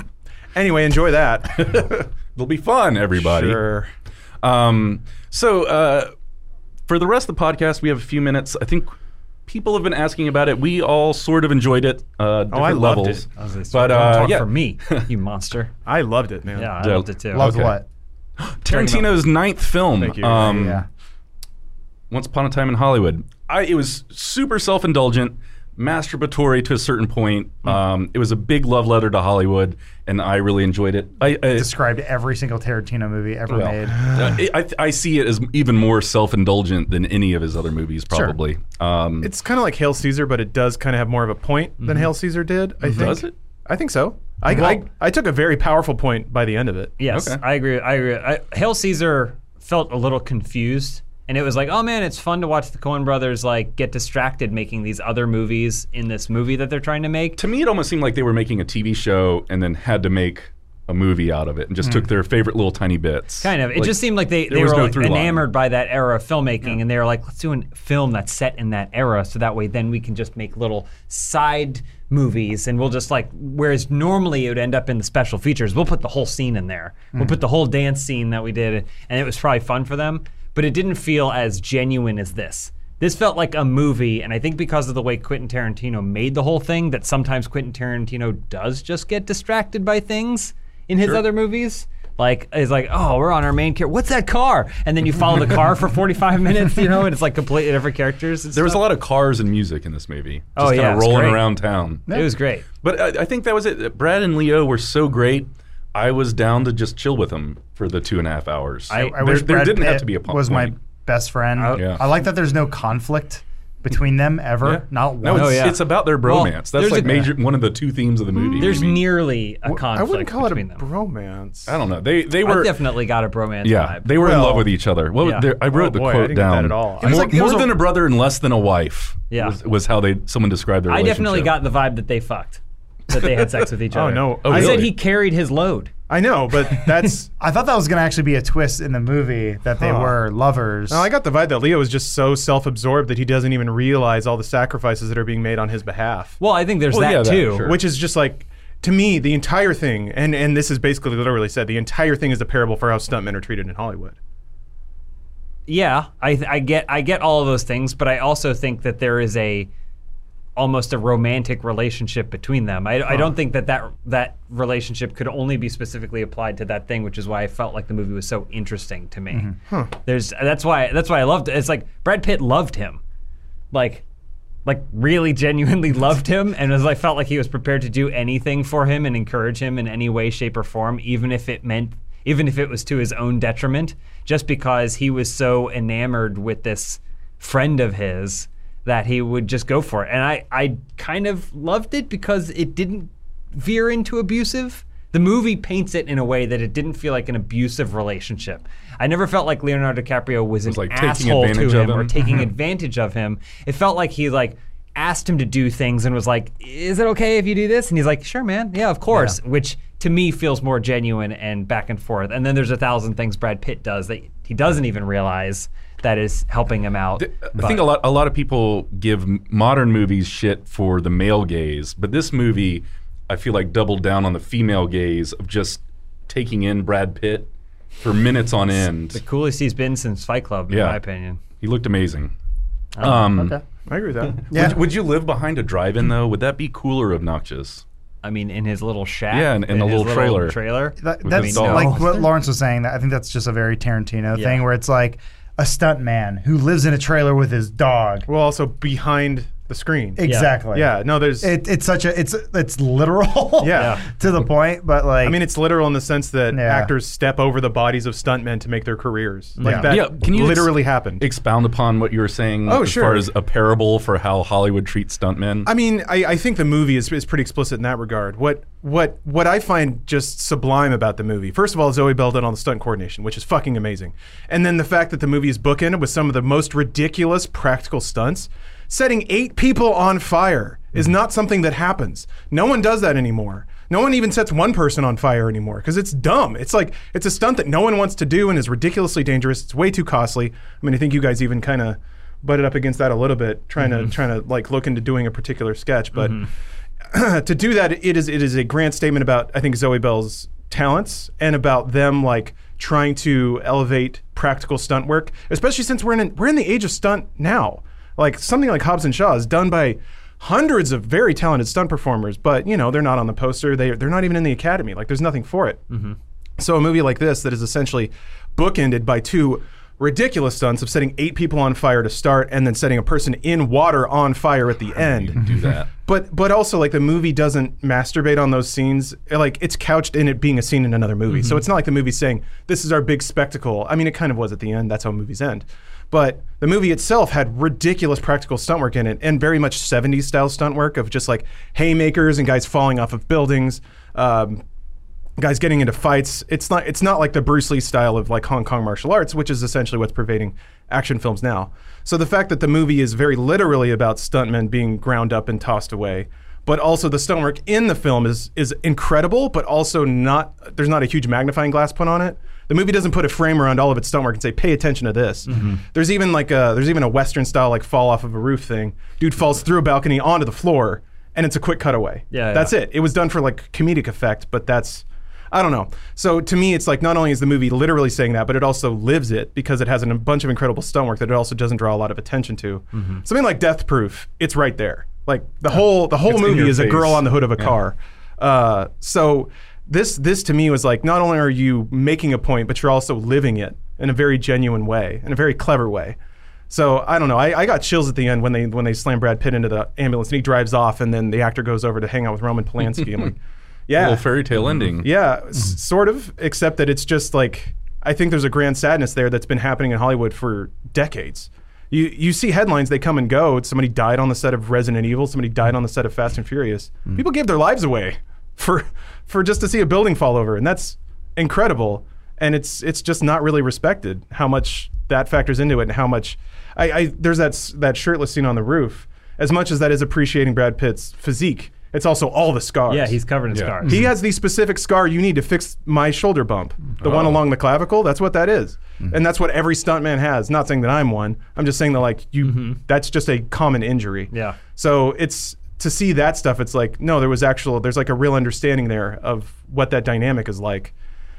anyway, enjoy that. It'll be fun, everybody. Sure. Um, so uh, for the rest of the podcast, we have a few minutes. I think people have been asking about it. We all sort of enjoyed it. Uh, different I loved levels. it. I was like, But don't uh, talk yeah, for me, you monster. I loved it, man. Yeah, I Yeah. loved it too. Loved Okay. what? Tarantino's ninth film. Thank you. Um, Yeah. Once Upon a Time in Hollywood. I, it was super self indulgent, masturbatory to a certain point. Um, it was a big love letter to Hollywood, and I really enjoyed it. I, I, Described every single Tarantino movie ever Well, made. uh, I, I- I see it as even more self indulgent than any of his other movies, probably. Um, Mm-hmm. It's kind of like Hail Caesar, but it does kind of have more of a point than Hail Caesar did. I think. does it? I think so. I, I, Well- I took a very powerful point by the end of it. Yes, Okay. I agree. I agree. I, Hail Caesar felt a little confused, and it was like, oh man, it's fun to watch the Coen brothers like get distracted making these other movies in this movie that they're trying to make. to me, it almost seemed like they were making a TV show and then had to make a movie out of it and just took their favorite little tiny bits. Hmm. Kind of. It Like, just seemed like they, there they was were no like, through line. enamored by that era of filmmaking, and they were like, let's do a film that's set in that era, so that way then we can just make little side movies, and we'll just like, whereas normally it would end up in the special features, we'll put the whole scene in there. Mm-hmm. We'll put the whole dance scene that we did, and it was probably fun for them, but it didn't feel as genuine as this. This felt like a movie, and I think because of the way Quentin Tarantino made the whole thing, that sometimes Quentin Tarantino does just get distracted by things in his other movies. Like it's like, oh, we're on our main character. What's that car? And then you follow the car for 45 minutes, you know, and it's like completely different characters. And there was a stuff. lot of cars and music in this movie. Just Oh, yeah, kind of it's rolling great. around town. It was great. But I, I think that was it. Brad and Leo were so great. I was down to just chill with them for the two and a half hours. I, I there, wish there Brad didn't have Pitt to be a pump was my point. best friend. I, Yeah. like that there's no conflict between them ever. Not No, one. it's, Oh, yeah. it's about their Well, bromance. there's That's like a- major one of the two themes of the movie. There's maybe. nearly a conflict I wouldn't call it a between them. bromance. I don't know. They they I were definitely got a bromance yeah. vibe. They were in Well, Oh, love with each other. What was yeah. there- I wrote the boy, I quote didn't get down that at all. It More, was like- it more was a- than a brother and less than a wife. Yeah. was, was how they someone described their. I definitely relationship. got the vibe that they fucked, that they had sex with each Oh, other. no. Oh, I said really? he carried his load. I know, but that's. I thought that was going to actually be a twist in the movie that they Huh. were lovers. No, I got the vibe that Leo is just so self-absorbed that he doesn't even realize all the sacrifices that are being made on his behalf. Well, I think there's Well, that yeah, that- too. sure. which is just like to me the entire thing and and this is basically literally said the entire thing is a parable for how stuntmen are treated in hollywood yeah, I, th- I get I get all of those things, but I also think that there is a almost a romantic relationship between them. I, I don't think that, that that relationship could only be specifically applied to that thing, which is why I felt like the movie was so interesting to me. There's that's why that's why I loved it. It's like Brad Pitt loved him, like like really genuinely loved him, and was, I felt like he was prepared to do anything for him and encourage him in any way, shape, or form, even if it meant even if it was to his own detriment, just because he was so enamored with this friend of his that he would just go for it. And I, I kind of loved it because it didn't veer into abusive. The movie paints it in a way that it didn't feel like an abusive relationship. I never felt like Leonardo DiCaprio was, an like taking asshole advantage to of him or him. taking advantage of him. It felt like he like asked him to do things and was like, "Is it okay if you do this?" And he's like, "Sure, man. Yeah, of course." Which to me feels more genuine and back and forth. And then there's a thousand things Brad Pitt does that he doesn't even realize that is helping him out. I But- think a lot a lot of people give m- modern movies shit for the male gaze, but this movie, I feel like doubled down on the female gaze of just taking in Brad Pitt for minutes on the end. coolest he's been since Fight Club, in Yeah. my opinion. He looked amazing. Oh, Um, Okay. i agree with that Yeah. would, would you live behind a drive-in though? Would that be cool or obnoxious? I mean, in his little shack. Yeah, and- and the his little trailer. Trailer. That- With that's the dog. like what Lawrence was saying. That I think that's just a very Tarantino Yeah. thing where it's like a stunt man who lives in a trailer with his dog. well also behind the screen Exactly. yeah no there's It, it's such a it's it's literal. Yeah. Yeah. to the point, but like i mean it's literal in the sense that Yeah. actors step over the bodies of stuntmen to make their careers like Yeah. that Yeah, can you ex- literally happened Expound upon what you were saying Oh, as sure. far as a parable for how Hollywood treats stuntmen. I mean, I, I think the movie is, is pretty explicit in that regard. What what what I find just sublime about the movie, first of all, Zoe Bell did on the stunt coordination, which is fucking amazing, and then the fact that the movie is bookended with some of the most ridiculous practical stunts, setting eight people on fire is not something that happens. No one does that anymore. No one even sets one person on fire anymore because it's dumb. It's like it's a stunt that no one wants to do and is ridiculously dangerous. It's way too costly. I mean, I think you guys even kind of butted up against that a little bit, trying to trying to like look into doing a particular sketch. But to do that, it is it is a grand statement about I think Zoe Bell's talents and about them like trying to elevate practical stunt work, especially since we're in an, we're in the age of stunt now. Like something like Hobbs and Shaw is done by hundreds of very talented stunt performers, but you know they're not on the poster. They they're not even in the academy. Like there's nothing for it. So a movie like this that is essentially bookended by two ridiculous stunts of setting eight people on fire to start and then setting a person in water on fire at the end. do that. But but also like the movie doesn't masturbate on those scenes. Like it's couched in it being a scene in another movie. So it's not like the movie's saying this is our big spectacle. I mean, it kind of was at the end. That's how movies end. But the movie itself had ridiculous practical stunt work in it, and very much 70s style stunt work of just like haymakers and guys falling off of buildings, um, guys getting into fights. It's not it's not like the Bruce Lee style of like Hong Kong martial arts, which is essentially what's pervading action films now. So the fact that the movie is very literally about stuntmen being ground up and tossed away, but also the stunt work in the film is is incredible, but also not there's not a huge magnifying glass put on it. The movie doesn't put a frame around all of its stunt work and say, "Pay attention to this." Mm-hmm. There's even like a there's even a western style like fall off of a roof thing. Dude falls through a balcony onto the floor, and it's a quick cutaway. Yeah, that's yeah. it. It was done for like comedic effect, but that's I don't know. So to me, it's like not only is the movie literally saying that, but it also lives it because it has an- a bunch of incredible stunt work that it also doesn't draw a lot of attention to. Mm-hmm. Something like Death Proof, it's right there. Like the whole the whole It's in movie your is a girl face. on the hood of a car. Uh, so this this to me was like not only are you making a point, but you're also living it in a very genuine way, in a very clever way. So I don't know. I, I got chills at the end when they when they slam Brad Pitt into the ambulance and he drives off, and then the actor goes over to hang out with Roman Polanski. I'm like, yeah, Little fairy tale ending. yeah, Mm-hmm. s- sort of, except that it's just like I think there's a grand sadness there that's been happening in Hollywood for decades. You you see headlines, they come and go. It's Somebody died on the set of Resident Evil, somebody died on the set of Fast and Furious. Mm. People gave their lives away for for just to see a building fall over, and that's incredible. And it's it's just not really respected how much that factors into it and how much I, I there's that s- that shirtless scene on the roof. As much as that is appreciating Brad Pitt's physique, it's also all the scars. Yeah, he's covered in Yeah. Mm-hmm. scars. He has the specific scar you need to fix my shoulder bump, the one along the clavicle. That's what that is. and that's what every stuntman has. Not saying that I'm one. I'm just saying that like you, that's just a common injury. Yeah. So it's to see that stuff. It's like no, there was actual. There's like a real understanding there of what that dynamic is like.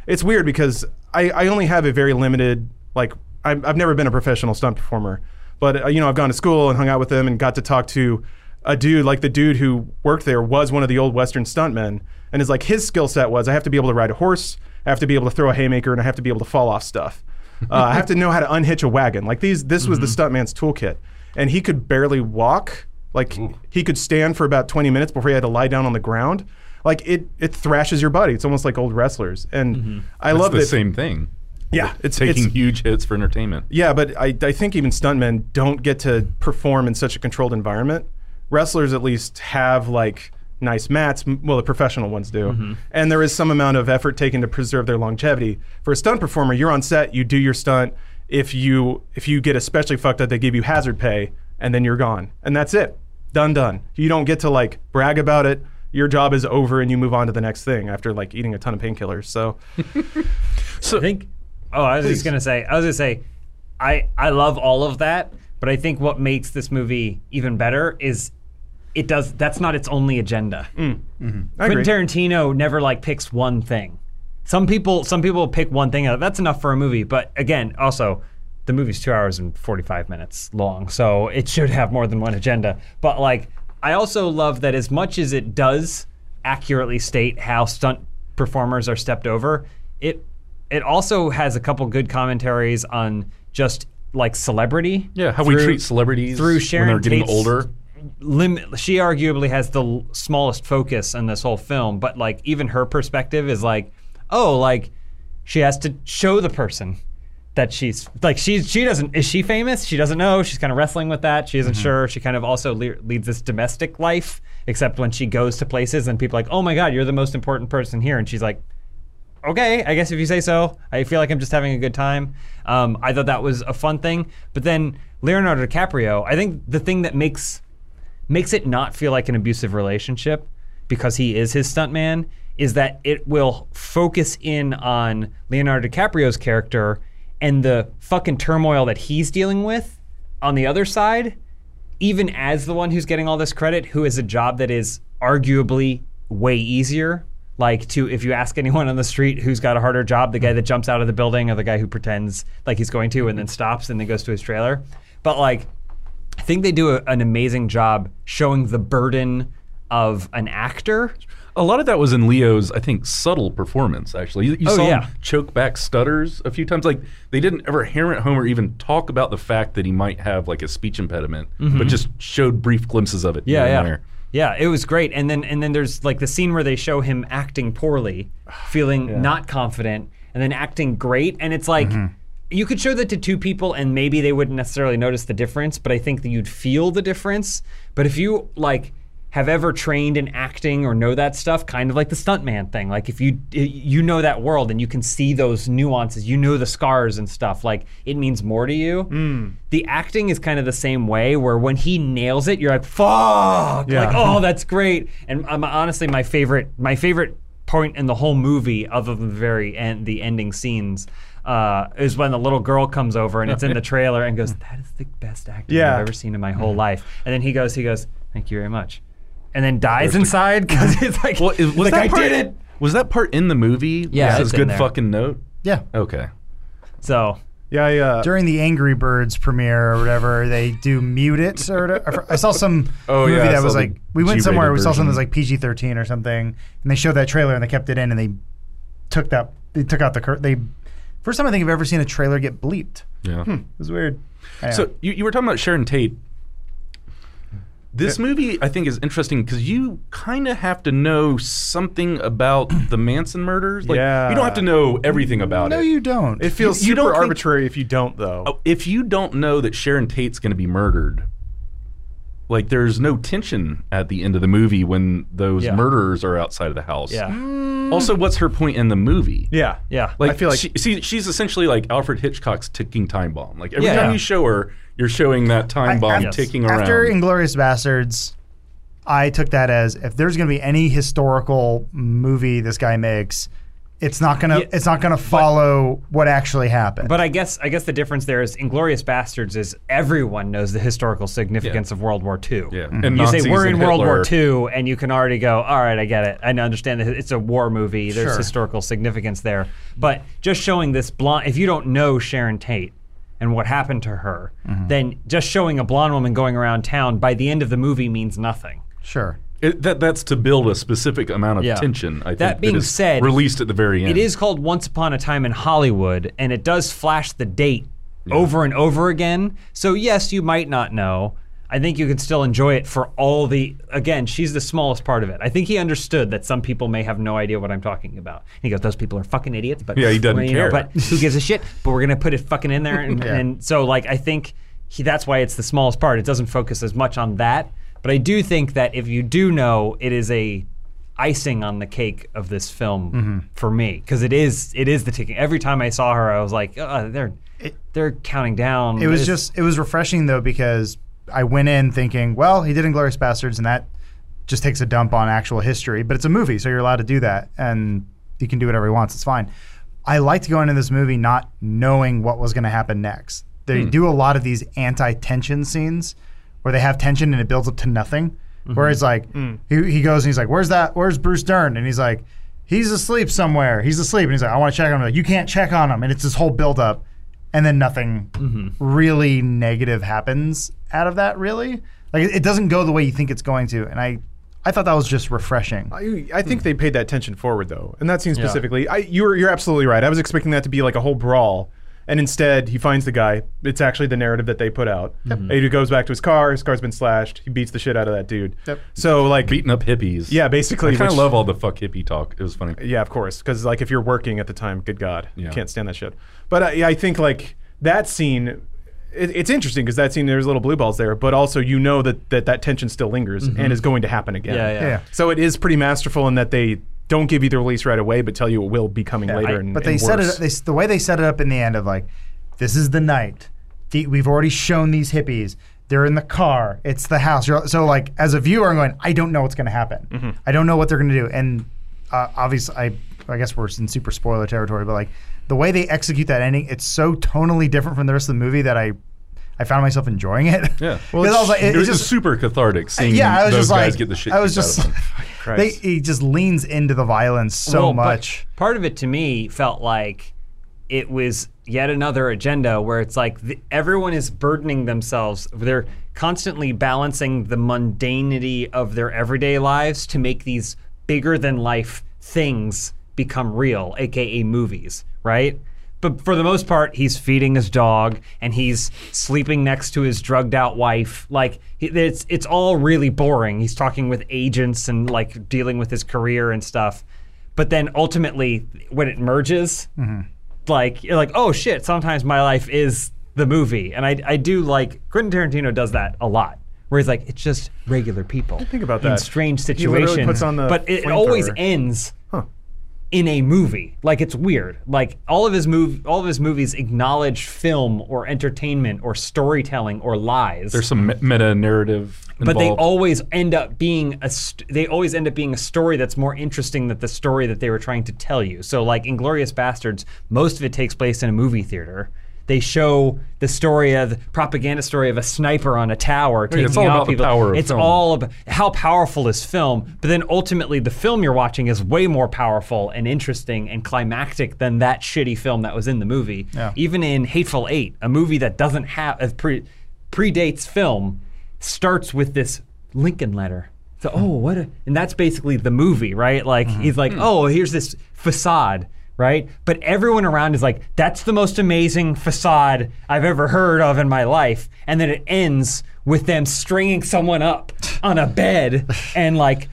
It's weird because I, I only have a very limited like I'm, I've never been a professional stunt performer, but uh, you know I've gone to school and hung out with them and got to talk to a dude like the dude who worked there was one of the old Western stuntmen and is like his skill set was I have to be able to ride a horse, I have to be able to throw a haymaker, and I have to be able to fall off stuff. Uh, I have to know how to unhitch a wagon. Like these, this was the stuntman's toolkit, and he could barely walk. Like he could stand for about 20 minutes before he had to lie down on the ground. Like it, it thrashes your body. It's almost like old wrestlers. And I It's love Mm-hmm. the that. same thing. Yeah, it's Taking it's- huge hits for entertainment. yeah, but I, I think even stuntmen don't get to perform in such a controlled environment. Wrestlers at least have like nice mats. m- Well, the professional ones do. And there is some amount of effort taken to preserve their longevity. For a stunt performer, you're on set, you do your stunt. If you if you get especially fucked up, they give you hazard pay and then you're gone. And that's it. Done done. You don't get to like brag about it. Your job is over and you move on to the next thing after like eating a ton of painkillers. So I think. Oh, I was just gonna say. I was gonna say, I I love all of that, but I think what makes this movie even better is it does. That's not its only agenda. I agree. Quentin Tarantino never like picks one thing. Some people some people pick one thing. uh, That's enough for a movie. But again, also. The movie's two hours and 45 minutes long, so it should have more than one agenda. But, like, I also love that as much as it does accurately state how stunt performers are stepped over, it it also has a couple good commentaries on just like celebrity. Yeah, how we through- treat celebrities through Sharon when they're getting Tate's- older. lim- she arguably has the l- smallest focus in this whole film, but like even her perspective is like, oh, like she has to show the person that she's like she's she doesn't is she famous? She doesn't know. She's kind of wrestling with that. She isn't Mm-hmm. sure. She kind of also le- leads this domestic life, except when she goes to places and people are like, oh my god, you're the most important person here, and she's like. Okay, I guess if you say so. I feel like I'm just having a good time. Um, I thought that was a fun thing. But then Leonardo DiCaprio, I think the thing that makes makes it not feel like an abusive relationship because he is his stuntman is that it will focus in on Leonardo DiCaprio's character and the fucking turmoil that he's dealing with on the other side, even as the one who's getting all this credit, who is a job that is arguably way easier. Like to if you ask anyone on the street who's got a harder job, the guy that jumps out of the building or the guy who pretends like he's going to and then stops and then goes to his trailer. But like I think they do a, an amazing job showing the burden of an actor a lot of that was in Leo's, I think, subtle performance. Actually, you, you Oh, saw yeah. him choke back stutters a few times. Like they didn't ever Harriet Homer even talk about the fact that he might have like a speech impediment, but just showed brief glimpses of it. here Mm-hmm. Yeah, and yeah. there. Yeah, it was great. And then and then there's like the scene where they show him acting poorly, feeling not confident, and then acting great. And it's like you could show that to two people and maybe they wouldn't necessarily notice the difference, but I think that you'd feel the difference. But if you like have ever trained in acting or know that stuff, kind of like the stuntman thing. Like if you you know that world and you can see those nuances, you know the scars and stuff. Like it means more to you. Mm. The acting is kind of the same way, where when he nails it, you're like, "Fuck!" Like, Yeah. "Oh, that's great." And um, honestly, my favorite my favorite point in the whole movie, other than the very end, the ending scenes. Uh, is when the little girl comes over and it's in the trailer and goes, "That is the best acting Yeah. I've ever seen in my Mm-hmm. whole life." And then he goes, he goes, "Thank you very much," and then dies inside because it's like, Well, is- was like that I part, did it. Was that part in the movie? Yeah, Was it's his in good there. fucking note. Yeah. Okay. So Yeah, I, uh, During the Angry Birds premiere or whatever, they do mute it. Sort of. I saw some Oh, movie yeah, I that saw was the like we went G-rated somewhere. We saw something that was version. like PG thirteen or something, and they showed that trailer and they kept it in and they took that they took out the cur- they. First time I think I've ever seen a trailer get bleeped. Yeah. Hmm. It was weird. Yeah. So you, you were talking about Sharon Tate. This movie, I think, is interesting because you kind of have to know something about the Manson murders. Like, you don't have to Yeah. know everything about no, it. you don't. it feels you don't super think- arbitrary if you Oh. don't though. if you don't know that Sharon Tate's going to be murdered, like there's no tension at the end of the movie when those Yeah. murderers are outside of the house. yeah, Mm. Also, what's her point in the movie? Yeah, yeah. Like, I feel like- she, see, she's essentially like Alfred Hitchcock's ticking time bomb. Like every Yeah, time yeah. you show her, you're showing that time I- bomb af- ticking After around. Inglorious Bastards, I took that as if there's going to be any historical movie this guy makes, it's not gonna Yeah, it's not gonna follow what actually happened. But I guess I guess the difference there is Inglorious Bastards is everyone knows the historical significance of World War II. Yeah. And you Nazis say we're in and World War Hitler." II, and you can already go, all right, I get it. I understand that it's a war movie. There's Sure. historical significance there. But just showing this blonde, if you don't know Sharon Tate and what happened to her, Mm-hmm. then just showing a blonde woman going around town by the end of the movie means nothing. sure. It, that that's to build a specific amount of Yeah. tension. I think That being is said, released at the very end. It is called Once Upon a Time in Hollywood, and it does flash the date over and over again. So, yes, you might not know. I think you can still enjoy it for all the. Again, she's the smallest part of it. I think he understood that some people may have no idea what I'm talking about. And he goes, "Those people are fucking idiots." But Yeah, he doesn't well, you know, care. but who gives a shit? But we're gonna put it fucking in there, and, and so like I think he, that's why it's the smallest part. It doesn't focus as much on that. But I do think that if you do know, it is a icing on the cake of this film Mm-hmm. for me because it is it is the ticking. Every time I saw her, I was like, oh, they're they're counting down. It was This- just it was refreshing though because I went in thinking, well, he did Inglorious Bastards, and that just takes a dump on actual history. But it's a movie, so you're allowed to do that, and you can do whatever he wants. It's fine. I liked going into this movie not knowing what was going to happen next. They do a lot of these anti-tension scenes where they have tension and it builds up to nothing. Whereas like he, he goes and he's like, "Where's that? Where's Bruce Dern?" And he's like, "He's asleep somewhere. He's asleep." And he's like, "I want to check on him." Like, you can't check on him, and it's this whole buildup, and then nothing really negative happens out of that. Really, like it, it doesn't go the way you think it's going to. And I, I thought that was just refreshing. I, I think they paid that tension forward though, and that scene specifically. I, you're you're absolutely right. I was expecting that to be like a whole brawl, and instead he finds the guy. It's actually the narrative that they put out. And He goes back to his car. His car's been slashed. He beats the shit out of that dude. Yep. So like, beating up hippies. yeah, I basically. kind of which- love all the fuck hippie talk. It was funny. Yeah, of course, because like if you're working at the time, good God, Yeah. can't stand that shit. But uh, I, I think like that scene. It, it's interesting because that scene, there's little blue balls there, but also you know that that, that tension still lingers and is going to happen again. Mm-hmm. yeah, yeah. Yeah. So it is pretty masterful in that they don't give you the release right away, but tell you it will be coming later. I- and, But they and set it. worse. They, s- the way they set it up in the end of like, this is the night. The, we've already shown these hippies. They're in the car. It's the house. You're, so like, as a viewer, I'm going. I don't know what's going to happen. Mm-hmm. I don't know what they're going to do. And uh, obviously, I I guess we're in super spoiler territory. But like, the way they execute that ending, it's so tonally different from the rest of the movie that I. I found myself enjoying it. Yeah. Well, I was like, it, It it's was just just super cathartic seeing yeah. I was those just guys like, get the shit. I was kicked out just, of them. they, Christ. he just leans into the violence so Well, but much. Part of it to me felt like it was yet another agenda where it's like the, everyone is burdening themselves. They're constantly balancing the mundanity of their everyday lives to make these bigger than life things become real, aka movies, right? But for the most part, he's feeding his dog and he's sleeping next to his drugged out wife. Like he- it's it's all really boring. He's talking with agents and like dealing with his career and stuff. But then ultimately, when it merges, Mm-hmm. like you're like oh shit sometimes my life is the movie and I, I do like quentin tarantino does that a lot where he's like it's just regular people think about in that. strange He literally situations puts on the but it always flamethrower. ends in a movie like it's weird like all of his move all of his movies acknowledge film or entertainment or storytelling or lies There's some meta narrative but involved. they always end up being a st- they always end up being a story that's more interesting than the story that they were trying to tell you. So like Inglorious Bastards, most of it takes place in a movie theater. They show the story of the propaganda story of a sniper on a tower taking it's all out about the people. power of it's film. all about how powerful is film, but then ultimately the film you're watching is way more powerful and interesting and climactic than that shitty film that was in the movie. Yeah. Even in Hateful Eight, a movie that doesn't have uh, pre, predates film, starts with this Lincoln letter. So, oh, what? A, and that's basically the movie, right? Like he's like, oh, here's this facade, right? But everyone around is like, that's the most amazing facade I've ever heard of in my life. And then it ends with them stringing someone up on a bed and like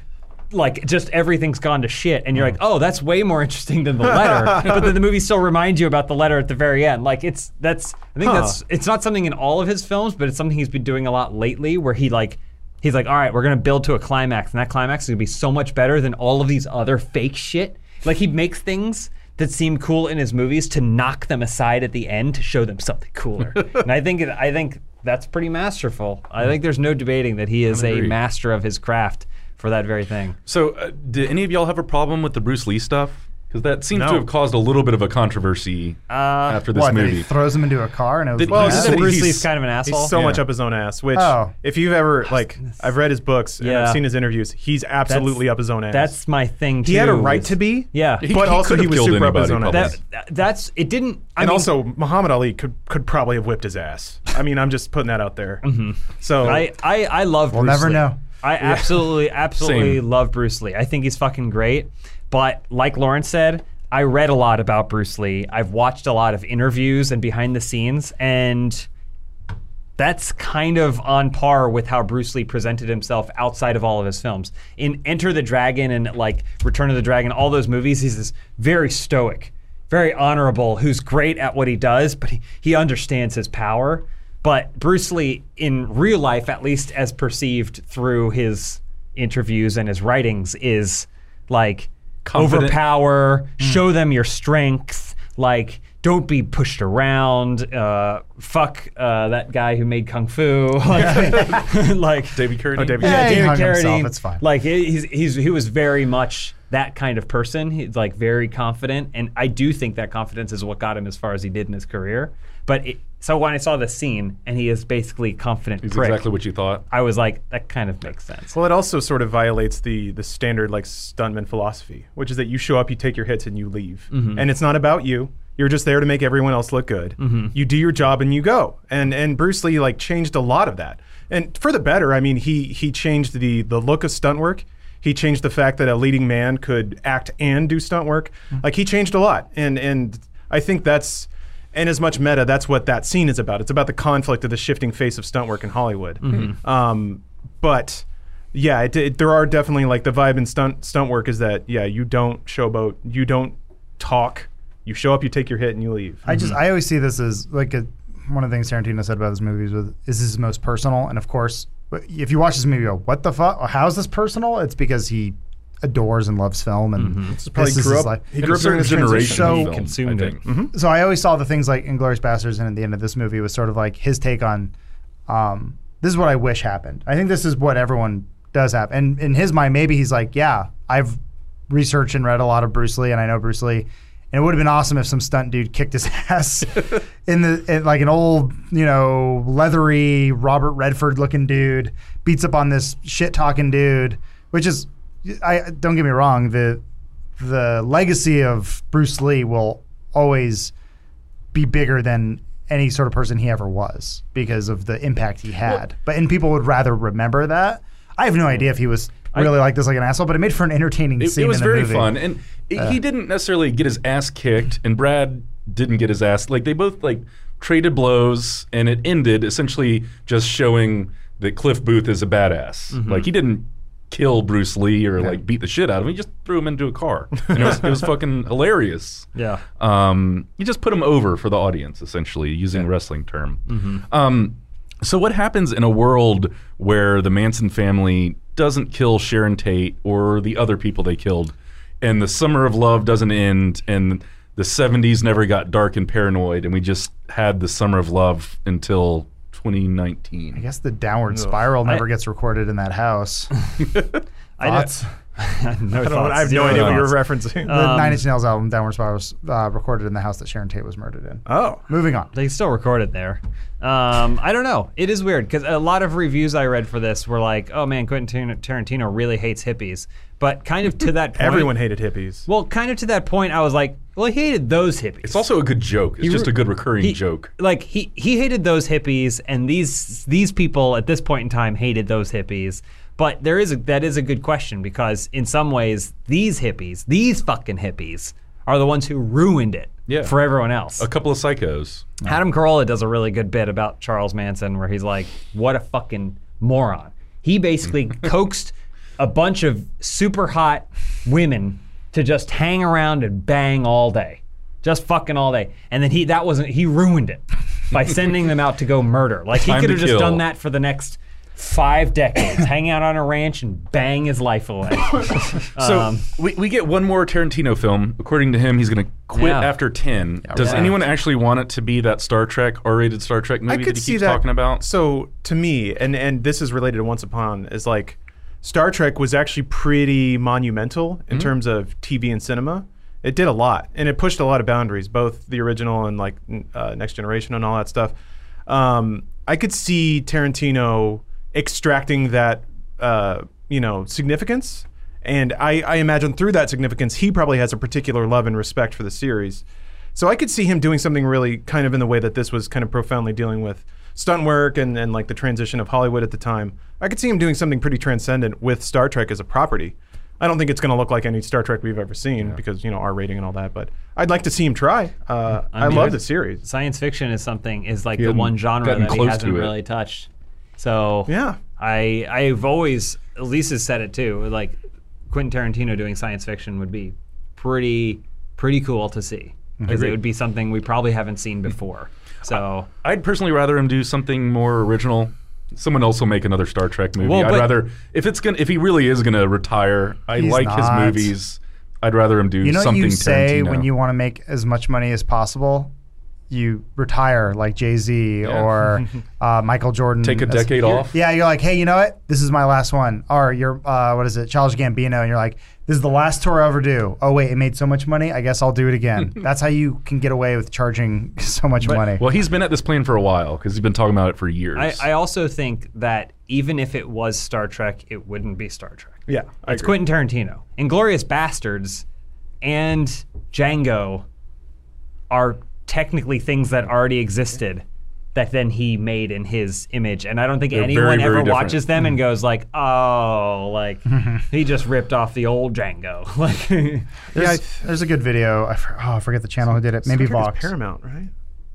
like just everything's gone to shit and you're like oh that's way more interesting than the letter but then the movie still reminds you about the letter at the very end like it's that's i think that's it's not something in all of his films but it's something he's been doing a lot lately where he like he's like all right we're going to build to a climax and that climax is going to be so much better than all of these other fake shit like he makes things that seem cool in his movies to knock them aside at the end to show them something cooler and i think it, i think that's pretty masterful i think there's no debating that he is a agree. master of his craft for that very thing So, uh, did any of y'all have a problem with the Bruce Lee stuff? Because that seems No. to have caused a little bit of a controversy Uh, after this what, that movie. he throws him into a car and it was Did- like, well, that? he Isn't said that Bruce he's- Lee's kind of an asshole. He's so much Yeah. up his own ass, which Oh. if you've ever like I've read his books and Yeah. I've seen his interviews, he's absolutely That's- up his own ass. that's my thing too. he had a right is- to be. Yeah. He- but he also could he have was killed super up anybody, his own probably. ass. That, that's it. Didn't I and mean, also Muhammad Ali could could probably have whipped his ass. I mean, I'm just putting that out there. So Mm-hmm. I I I love. We'll never know. I absolutely absolutely Same. love Bruce Lee. I think he's fucking great. But like Lauren said, I read a lot about Bruce Lee. I've watched a lot of interviews and behind the scenes and. that's kind of on par with how Bruce Lee presented himself outside of all of his films. In Enter the Dragon and like Return of the Dragon, all those movies, he's this very stoic, very honorable, who's great at what he does, but he, he understands his power. But Bruce Lee, in real life, at least as perceived through his interviews and his writings, is like Confident. overpower, Hmm. show them your strength, like don't be pushed around. Uh, fuck uh, that guy who made Kung Fu. Like, like David Carradine. Oh, David yeah, Yeah, he David hung himself, Carradine, it's fine. Like he- he's, he's he was very much that kind of person. He's like very confident, and I do think that confidence is what got him as far as he did in his career. But it, so when I saw the scene and he is basically a confident He's prick, exactly what you thought. I was like, that kind of makes sense. Well, it also sort of violates the the standard like stuntman philosophy, which is that you show up, you take your hits, and you leave, and it's not about you. You're just there to make everyone else look good. You do your job and you go. And and Bruce Lee like changed a lot of that, and for the better. I mean, he he changed the the look of stunt work. He changed the fact that a leading man could act and do stunt work. Like he changed a lot, and and I think that's and as much meta, that's what that scene is about. It's about the conflict of the shifting face of stunt work in Hollywood. Um, but yeah, it, it, there are definitely like the vibe in stunt stunt work is that yeah, you don't showboat, you don't talk, you show up, you take your hit, and you leave. I just I always see this as like a, one of the things Tarantino said about his movies was is this most personal, and of course, if you watch this movie, you go, what the fuck? How's this personal? It's because he adores and loves film, and this Mm-hmm. probably is grew his up- life. he In grew a up during certain this transition. generation So of film, consumed I it. think. so I always saw the things like Inglorious Bastards and at the end of this movie was sort of like his take on um, this is what I wish happened. I think this is what everyone does have. And in his mind, maybe he's like, yeah, I've researched and read a lot of Bruce Lee and I know Bruce Lee. And it would have been awesome if some stunt dude kicked his ass in the in like an old, you know, leathery Robert Redford looking dude beats up on this shit talking dude, which is I don't get me wrong, the the legacy of Bruce Lee will always be bigger than any sort of person he ever was because of the impact he had. but and people would rather remember that. I have no idea if he was really like this like an asshole, but it made for an entertaining It, scene. it was in the very movie. Uh. fun, and it, he didn't necessarily get his ass kicked, and Brad didn't get his ass. Like they both like traded blows, and it ended essentially just showing that Cliff Booth is a badass. Mm-hmm. Like he didn't kill Bruce Lee or like beat the shit out of him. He just threw him into a car. And it was, it was fucking hilarious. Yeah. Um, you just put him over for the audience, essentially, using a wrestling term. Um, so, what happens in a world where the Manson family doesn't kill Sharon Tate or the other people they killed, and the summer of love doesn't end, and the 70s never got dark and paranoid, and we just had the summer of love until I 2019? guess the downward spiral never gets recorded in that house. I know- Thoughts? no I, don't, know- I have no idea what you were referencing. The Nine Um, Inch Nails album, Downward Spiral, was uh, recorded in the house that Sharon Tate was murdered in. Uh, oh, Moving on. They still record it there. Um, I don't know. It is weird because a lot of reviews I read for this were like, "Oh man, Quentin Tar- Tarantino really hates hippies." But kind of to that point, everyone hated hippies. Well, kind of to that point, I was like, "Well, he hated those hippies." It's also a good joke. It's just a good recurring he- joke. Like he he hated those hippies, and these these people at this point in time hated those hippies. But there is a, that is a good question because in some ways, these hippies, these fucking hippies, are the ones who ruined it Yeah. for everyone else. A couple of psychos. Adam Carolla does a really good bit about Charles Manson where he's like, what a fucking moron. He basically coaxed a bunch of super hot women to just hang around and bang all day. Just fucking all day. And then he that wasn't he ruined it by sending them out to go murder. Like he Time could to have just kill. done that for the next five decades. hang out on a ranch and bang his life away. So Um, we, we get one more Tarantino film. According to him, he's going to quit Yeah. after 10. Does right. anyone actually want it to be that Star Trek, R rated Star Trek movie I could that he see keeps that. talking about? So to me, and and this is related to Once Upon is like Star Trek was actually pretty monumental Mm-hmm. in terms of TV and cinema. It did a lot, and it pushed a lot of boundaries, both the original and like n- uh, Next Generation and all that stuff. Um, I could see Tarantino extracting that, uh, you know, significance, and I, I imagine through that significance, he probably has a particular love and respect for the series. So I could see him doing something really kind of in the way that this was kind of profoundly dealing with stunt work and, and like the transition of Hollywood at the time. I could see him doing something pretty transcendent with Star Trek as a property. I don't think it's going to look like any Star Trek we've ever seen because you know R rating and all that. But I'd like to see him try. Uh, I mean- love the series. Science fiction is something is like the hadn't one genre gotten that he close hasn't to it. really touched. So Yeah. I I've always Lisa's said it too. Like Quentin Tarantino doing science fiction would be pretty pretty cool to see because it would be something we probably haven't seen before. So I'd personally rather him do something more original. Someone else will make another Star Trek movie. Well, I'd but- rather if it's gonna if he really is gonna retire. I He's like not. his movies. I'd rather him do You know what something you say Tarantino. when you want to make as much money as possible? You retire like Jay Z or uh, Michael Jordan. take a That's- decade off. Yeah, you're like, hey, you know what? This is my last one. Or you're, uh, what is it, Charles Gambino, and you're like, this is the last tour I ever do. Oh wait, it made so much money. I guess I'll do it again. That's how you can get away with charging so much money. Well, he's been at this plan for a while because he's been talking about it for years. I, I also think that even if it was Star Trek, it wouldn't be Star Trek. Yeah, I It's agree. Quentin Tarantino. Inglorious Bastards and Django are technically things that already existed that then he made in his image. And I don't think anyone very, very ever different. watches them and goes like, oh, like he just ripped off the old Django. Like there's, there's a good video. I, for, oh, I forget the channel who did it. Maybe Star Trek is Vox. Paramount, right?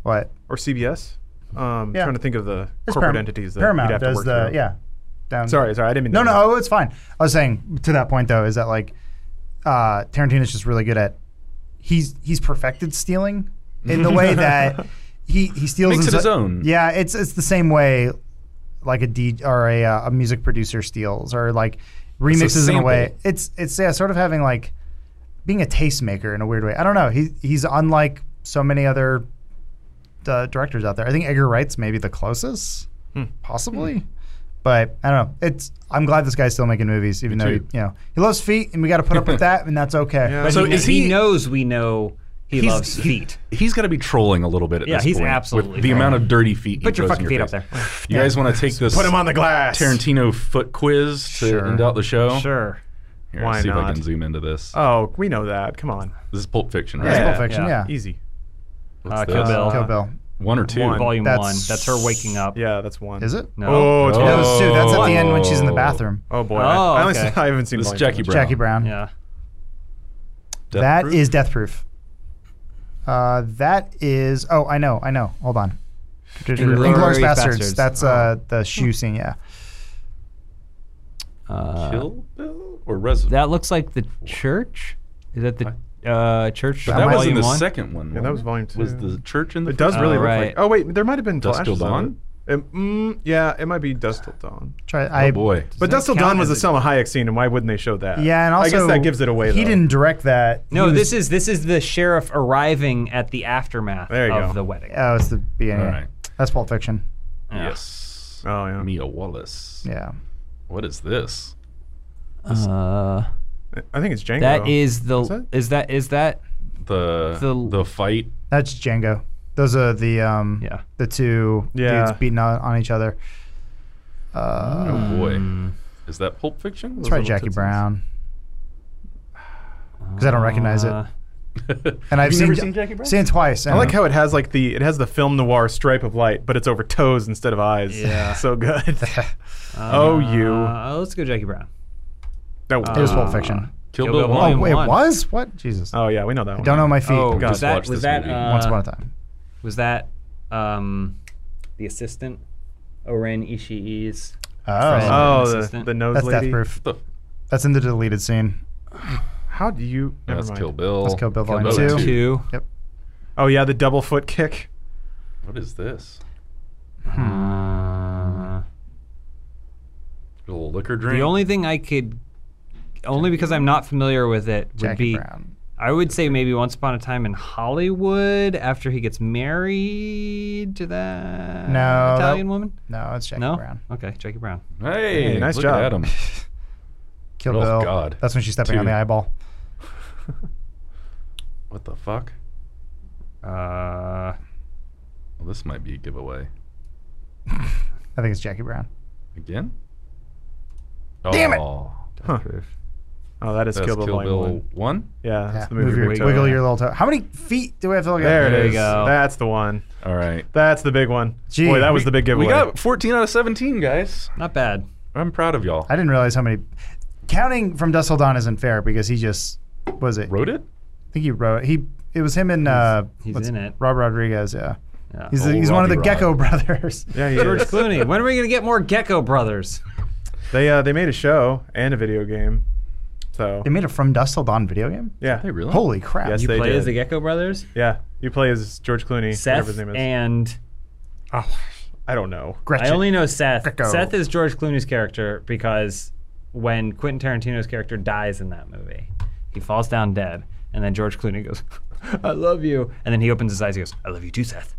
What? Or CBS? Um, Yeah. Trying to think of the It's corporate Param- entities that Paramount you'd have does to work the through. yeah. Down. Sorry, sorry, I didn't mean. No, to- no, oh, it's fine. I was saying to that point though is that like uh, Tarantino's just really good at he's he's perfected stealing in the way that he he steals Makes in it his su- own. Yeah, it's it's the same way like a D or a, uh, a music producer steals or like remixes in a way. sample. It's it's yeah, sort of having like being a tastemaker in a weird way. I don't know. He he's unlike so many other uh, directors out there. I think Edgar Wright's maybe the closest, possibly. But I don't know. It's I'm glad this guy's still making movies, even though too. he, you know he loves feet, and we got to put up with that, and that's okay. Yeah. but So he, is he he- knows we know he He's- loves he- feet. He's got to be trolling a little bit at Yeah, this he's point. absolutely with the trolling. amount of dirty feet. Put he your throws in fucking feet up face. there. You guys want to take this? Put him on the glass. Tarantino foot quiz to Sure. end out the show. Sure. Here, Why see if I not? can zoom into this. Oh, we know that. Come on. this is Pulp Fiction, right? That's Yeah. Pulp Fiction, yeah. Easy. What's Uh, Kill this? Bill. Kill Bill. One or two. One. Volume That's- one. That's her waking up. Yeah, that's one. Is it? No. Oh, it's Oh. one. That was two. That's at the end when she's in the bathroom. Oh boy, I- Oh, I, honestly- okay. I haven't seen This is Volume One. Jackie Brown. Jackie Brown. Yeah. Death that Proof? is death proof. Uh, that is. Oh, I know. I know. Hold on. Inglourious Inglorious Bastards. Basterds. That's uh, the shoe scene. Yeah. Uh, Kill Bill or Resident. That looks like the church. Is that the uh, church? That, was in volume the one? second one. Yeah, that was Volume Two. Was the church in the? It does first really Oh, look right. like. Oh wait, there might have been Dusk Till flashes of Dawn? it. It- mm, yeah, it might be Dust Till Dawn. Try. one? I, Oh boy. But that Dust Till count Dawn was a as a- Selma Hayek scene, and why wouldn't they show that? Yeah, and also I guess that gives it away. He though. didn't direct that. He No, was- this is this is the sheriff arriving at the aftermath There you of go. the wedding. Oh, it's the beginning. All right. That's Pulp Fiction. Yeah. Yes. Oh, yeah. Mia Wallace. Yeah. What is this? Uh, I think it's Django. that is the that- is that is that The The- the, fight. That's Django. Those are the um Yeah. the two Yeah. dudes beating on, on each other. Oh Uh, boy. Is that Pulp Fiction? it's probably Jackie Brown. Because I don't recognize it. uh, And I've you seen, never seen Jackie Brown? seen it twice. I like how it has like the it has the film noir stripe of light, but it's over toes instead of eyes. Yeah. so good. Uh, oh, you. Uh, let's go, Jackie Brown. That was- it was Pulp Fiction. Kill Kill Bill. Bill one. Volume Oh, it Uh, one. was what? Jesus, Oh yeah, we know that one. don't know my feet. Oh, God, was that watch was this that movie. uh, Once upon a time. was that um, the assistant Oren Ishii's Oh, Oh, the, Assistant. the nose that's lady. death proof. What the- That's in the deleted scene. How do you? Never That's mind. Kill Bill. That's Kill Bill Volume Bill Two. two? Yep. Oh yeah, the double foot kick. What is this? Hmm. Uh, A little liquor drink. the only thing I could, only because I'm not familiar with it, would Jackie be Brown. I would say maybe Once Upon a Time in Hollywood after he gets married to that No, Italian that- woman. No, it's Jackie No. Brown. Okay, Jackie Brown. Hey, Hey, nice look job. At him. Kill Oh, Bill. God. That's when she's stepping on Two. the eyeball. What the fuck? Uh, Well, this might be a giveaway. I think it's Jackie Brown. Again? Damn it! Oh, Huh. Oh, that is That's Kill Bill. Volume Bill One. 1? Yeah, that's Yeah. the movie. Move where your, we took- wiggle your little toe. How many feet do we have to look There at? it you is. go. That's the one. All right. That's the big one. Gee, Boy, that was we- the big giveaway. We got 14 out of 17, guys. not bad. I'm proud of y'all. I didn't realize how many. Counting from Dust Till Dawn isn't fair because he just what was it. Wrote it? I think he wrote. He it was him and uh, he's what's- in it. Rob Rodriguez. Yeah, Yeah. he's the, Oh, he's one of the Robbie Gecko brothers. yeah, he George is. Clooney. When are we gonna get more Gecko Brothers? They uh, they made a show and a video game. So They made a From Dust Till Dawn video game. yeah, Hey, really? Holy crap! Yes, You they play did. as the Gecko Brothers? yeah. You play as George Clooney, whatever Seth his name is. and I don't know. Gretchen. I only know Seth. Gecko. Seth is George Clooney's character because when Quentin Tarantino's character dies in that movie, he falls down dead, and then George Clooney goes, "I love you," and then he opens his eyes. He goes, "I love you too, Seth,"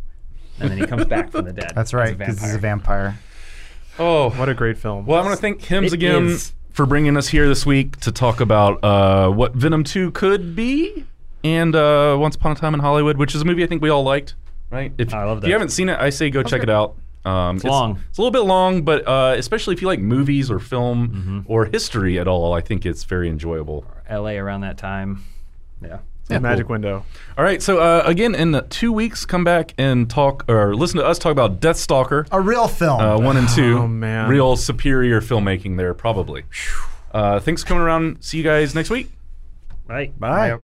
and then he comes back from the dead. That's right. Because he's a vampire. Oh, What a great film. Well, I'm going to thank Hims It again is. for bringing us here this week to talk about uh, what Venom 2 could be and uh, Once Upon a Time in Hollywood, which is a movie I think we all liked, right? If, I love if you that. haven't seen it, I say go check it out. Um, it's long. It's a little bit long, but uh, especially if you like movies or film Mm-hmm. or history at all, I think it's very enjoyable. L.A. around that time. Yeah. The Magic Window. All right, so uh, again, in uh, two weeks, come back and talk or listen to us talk about Deathstalker A real film. uh, one and two. Oh, man. real superior filmmaking there, probably. Uh, thanks for coming around. See you guys next week. Right. Bye.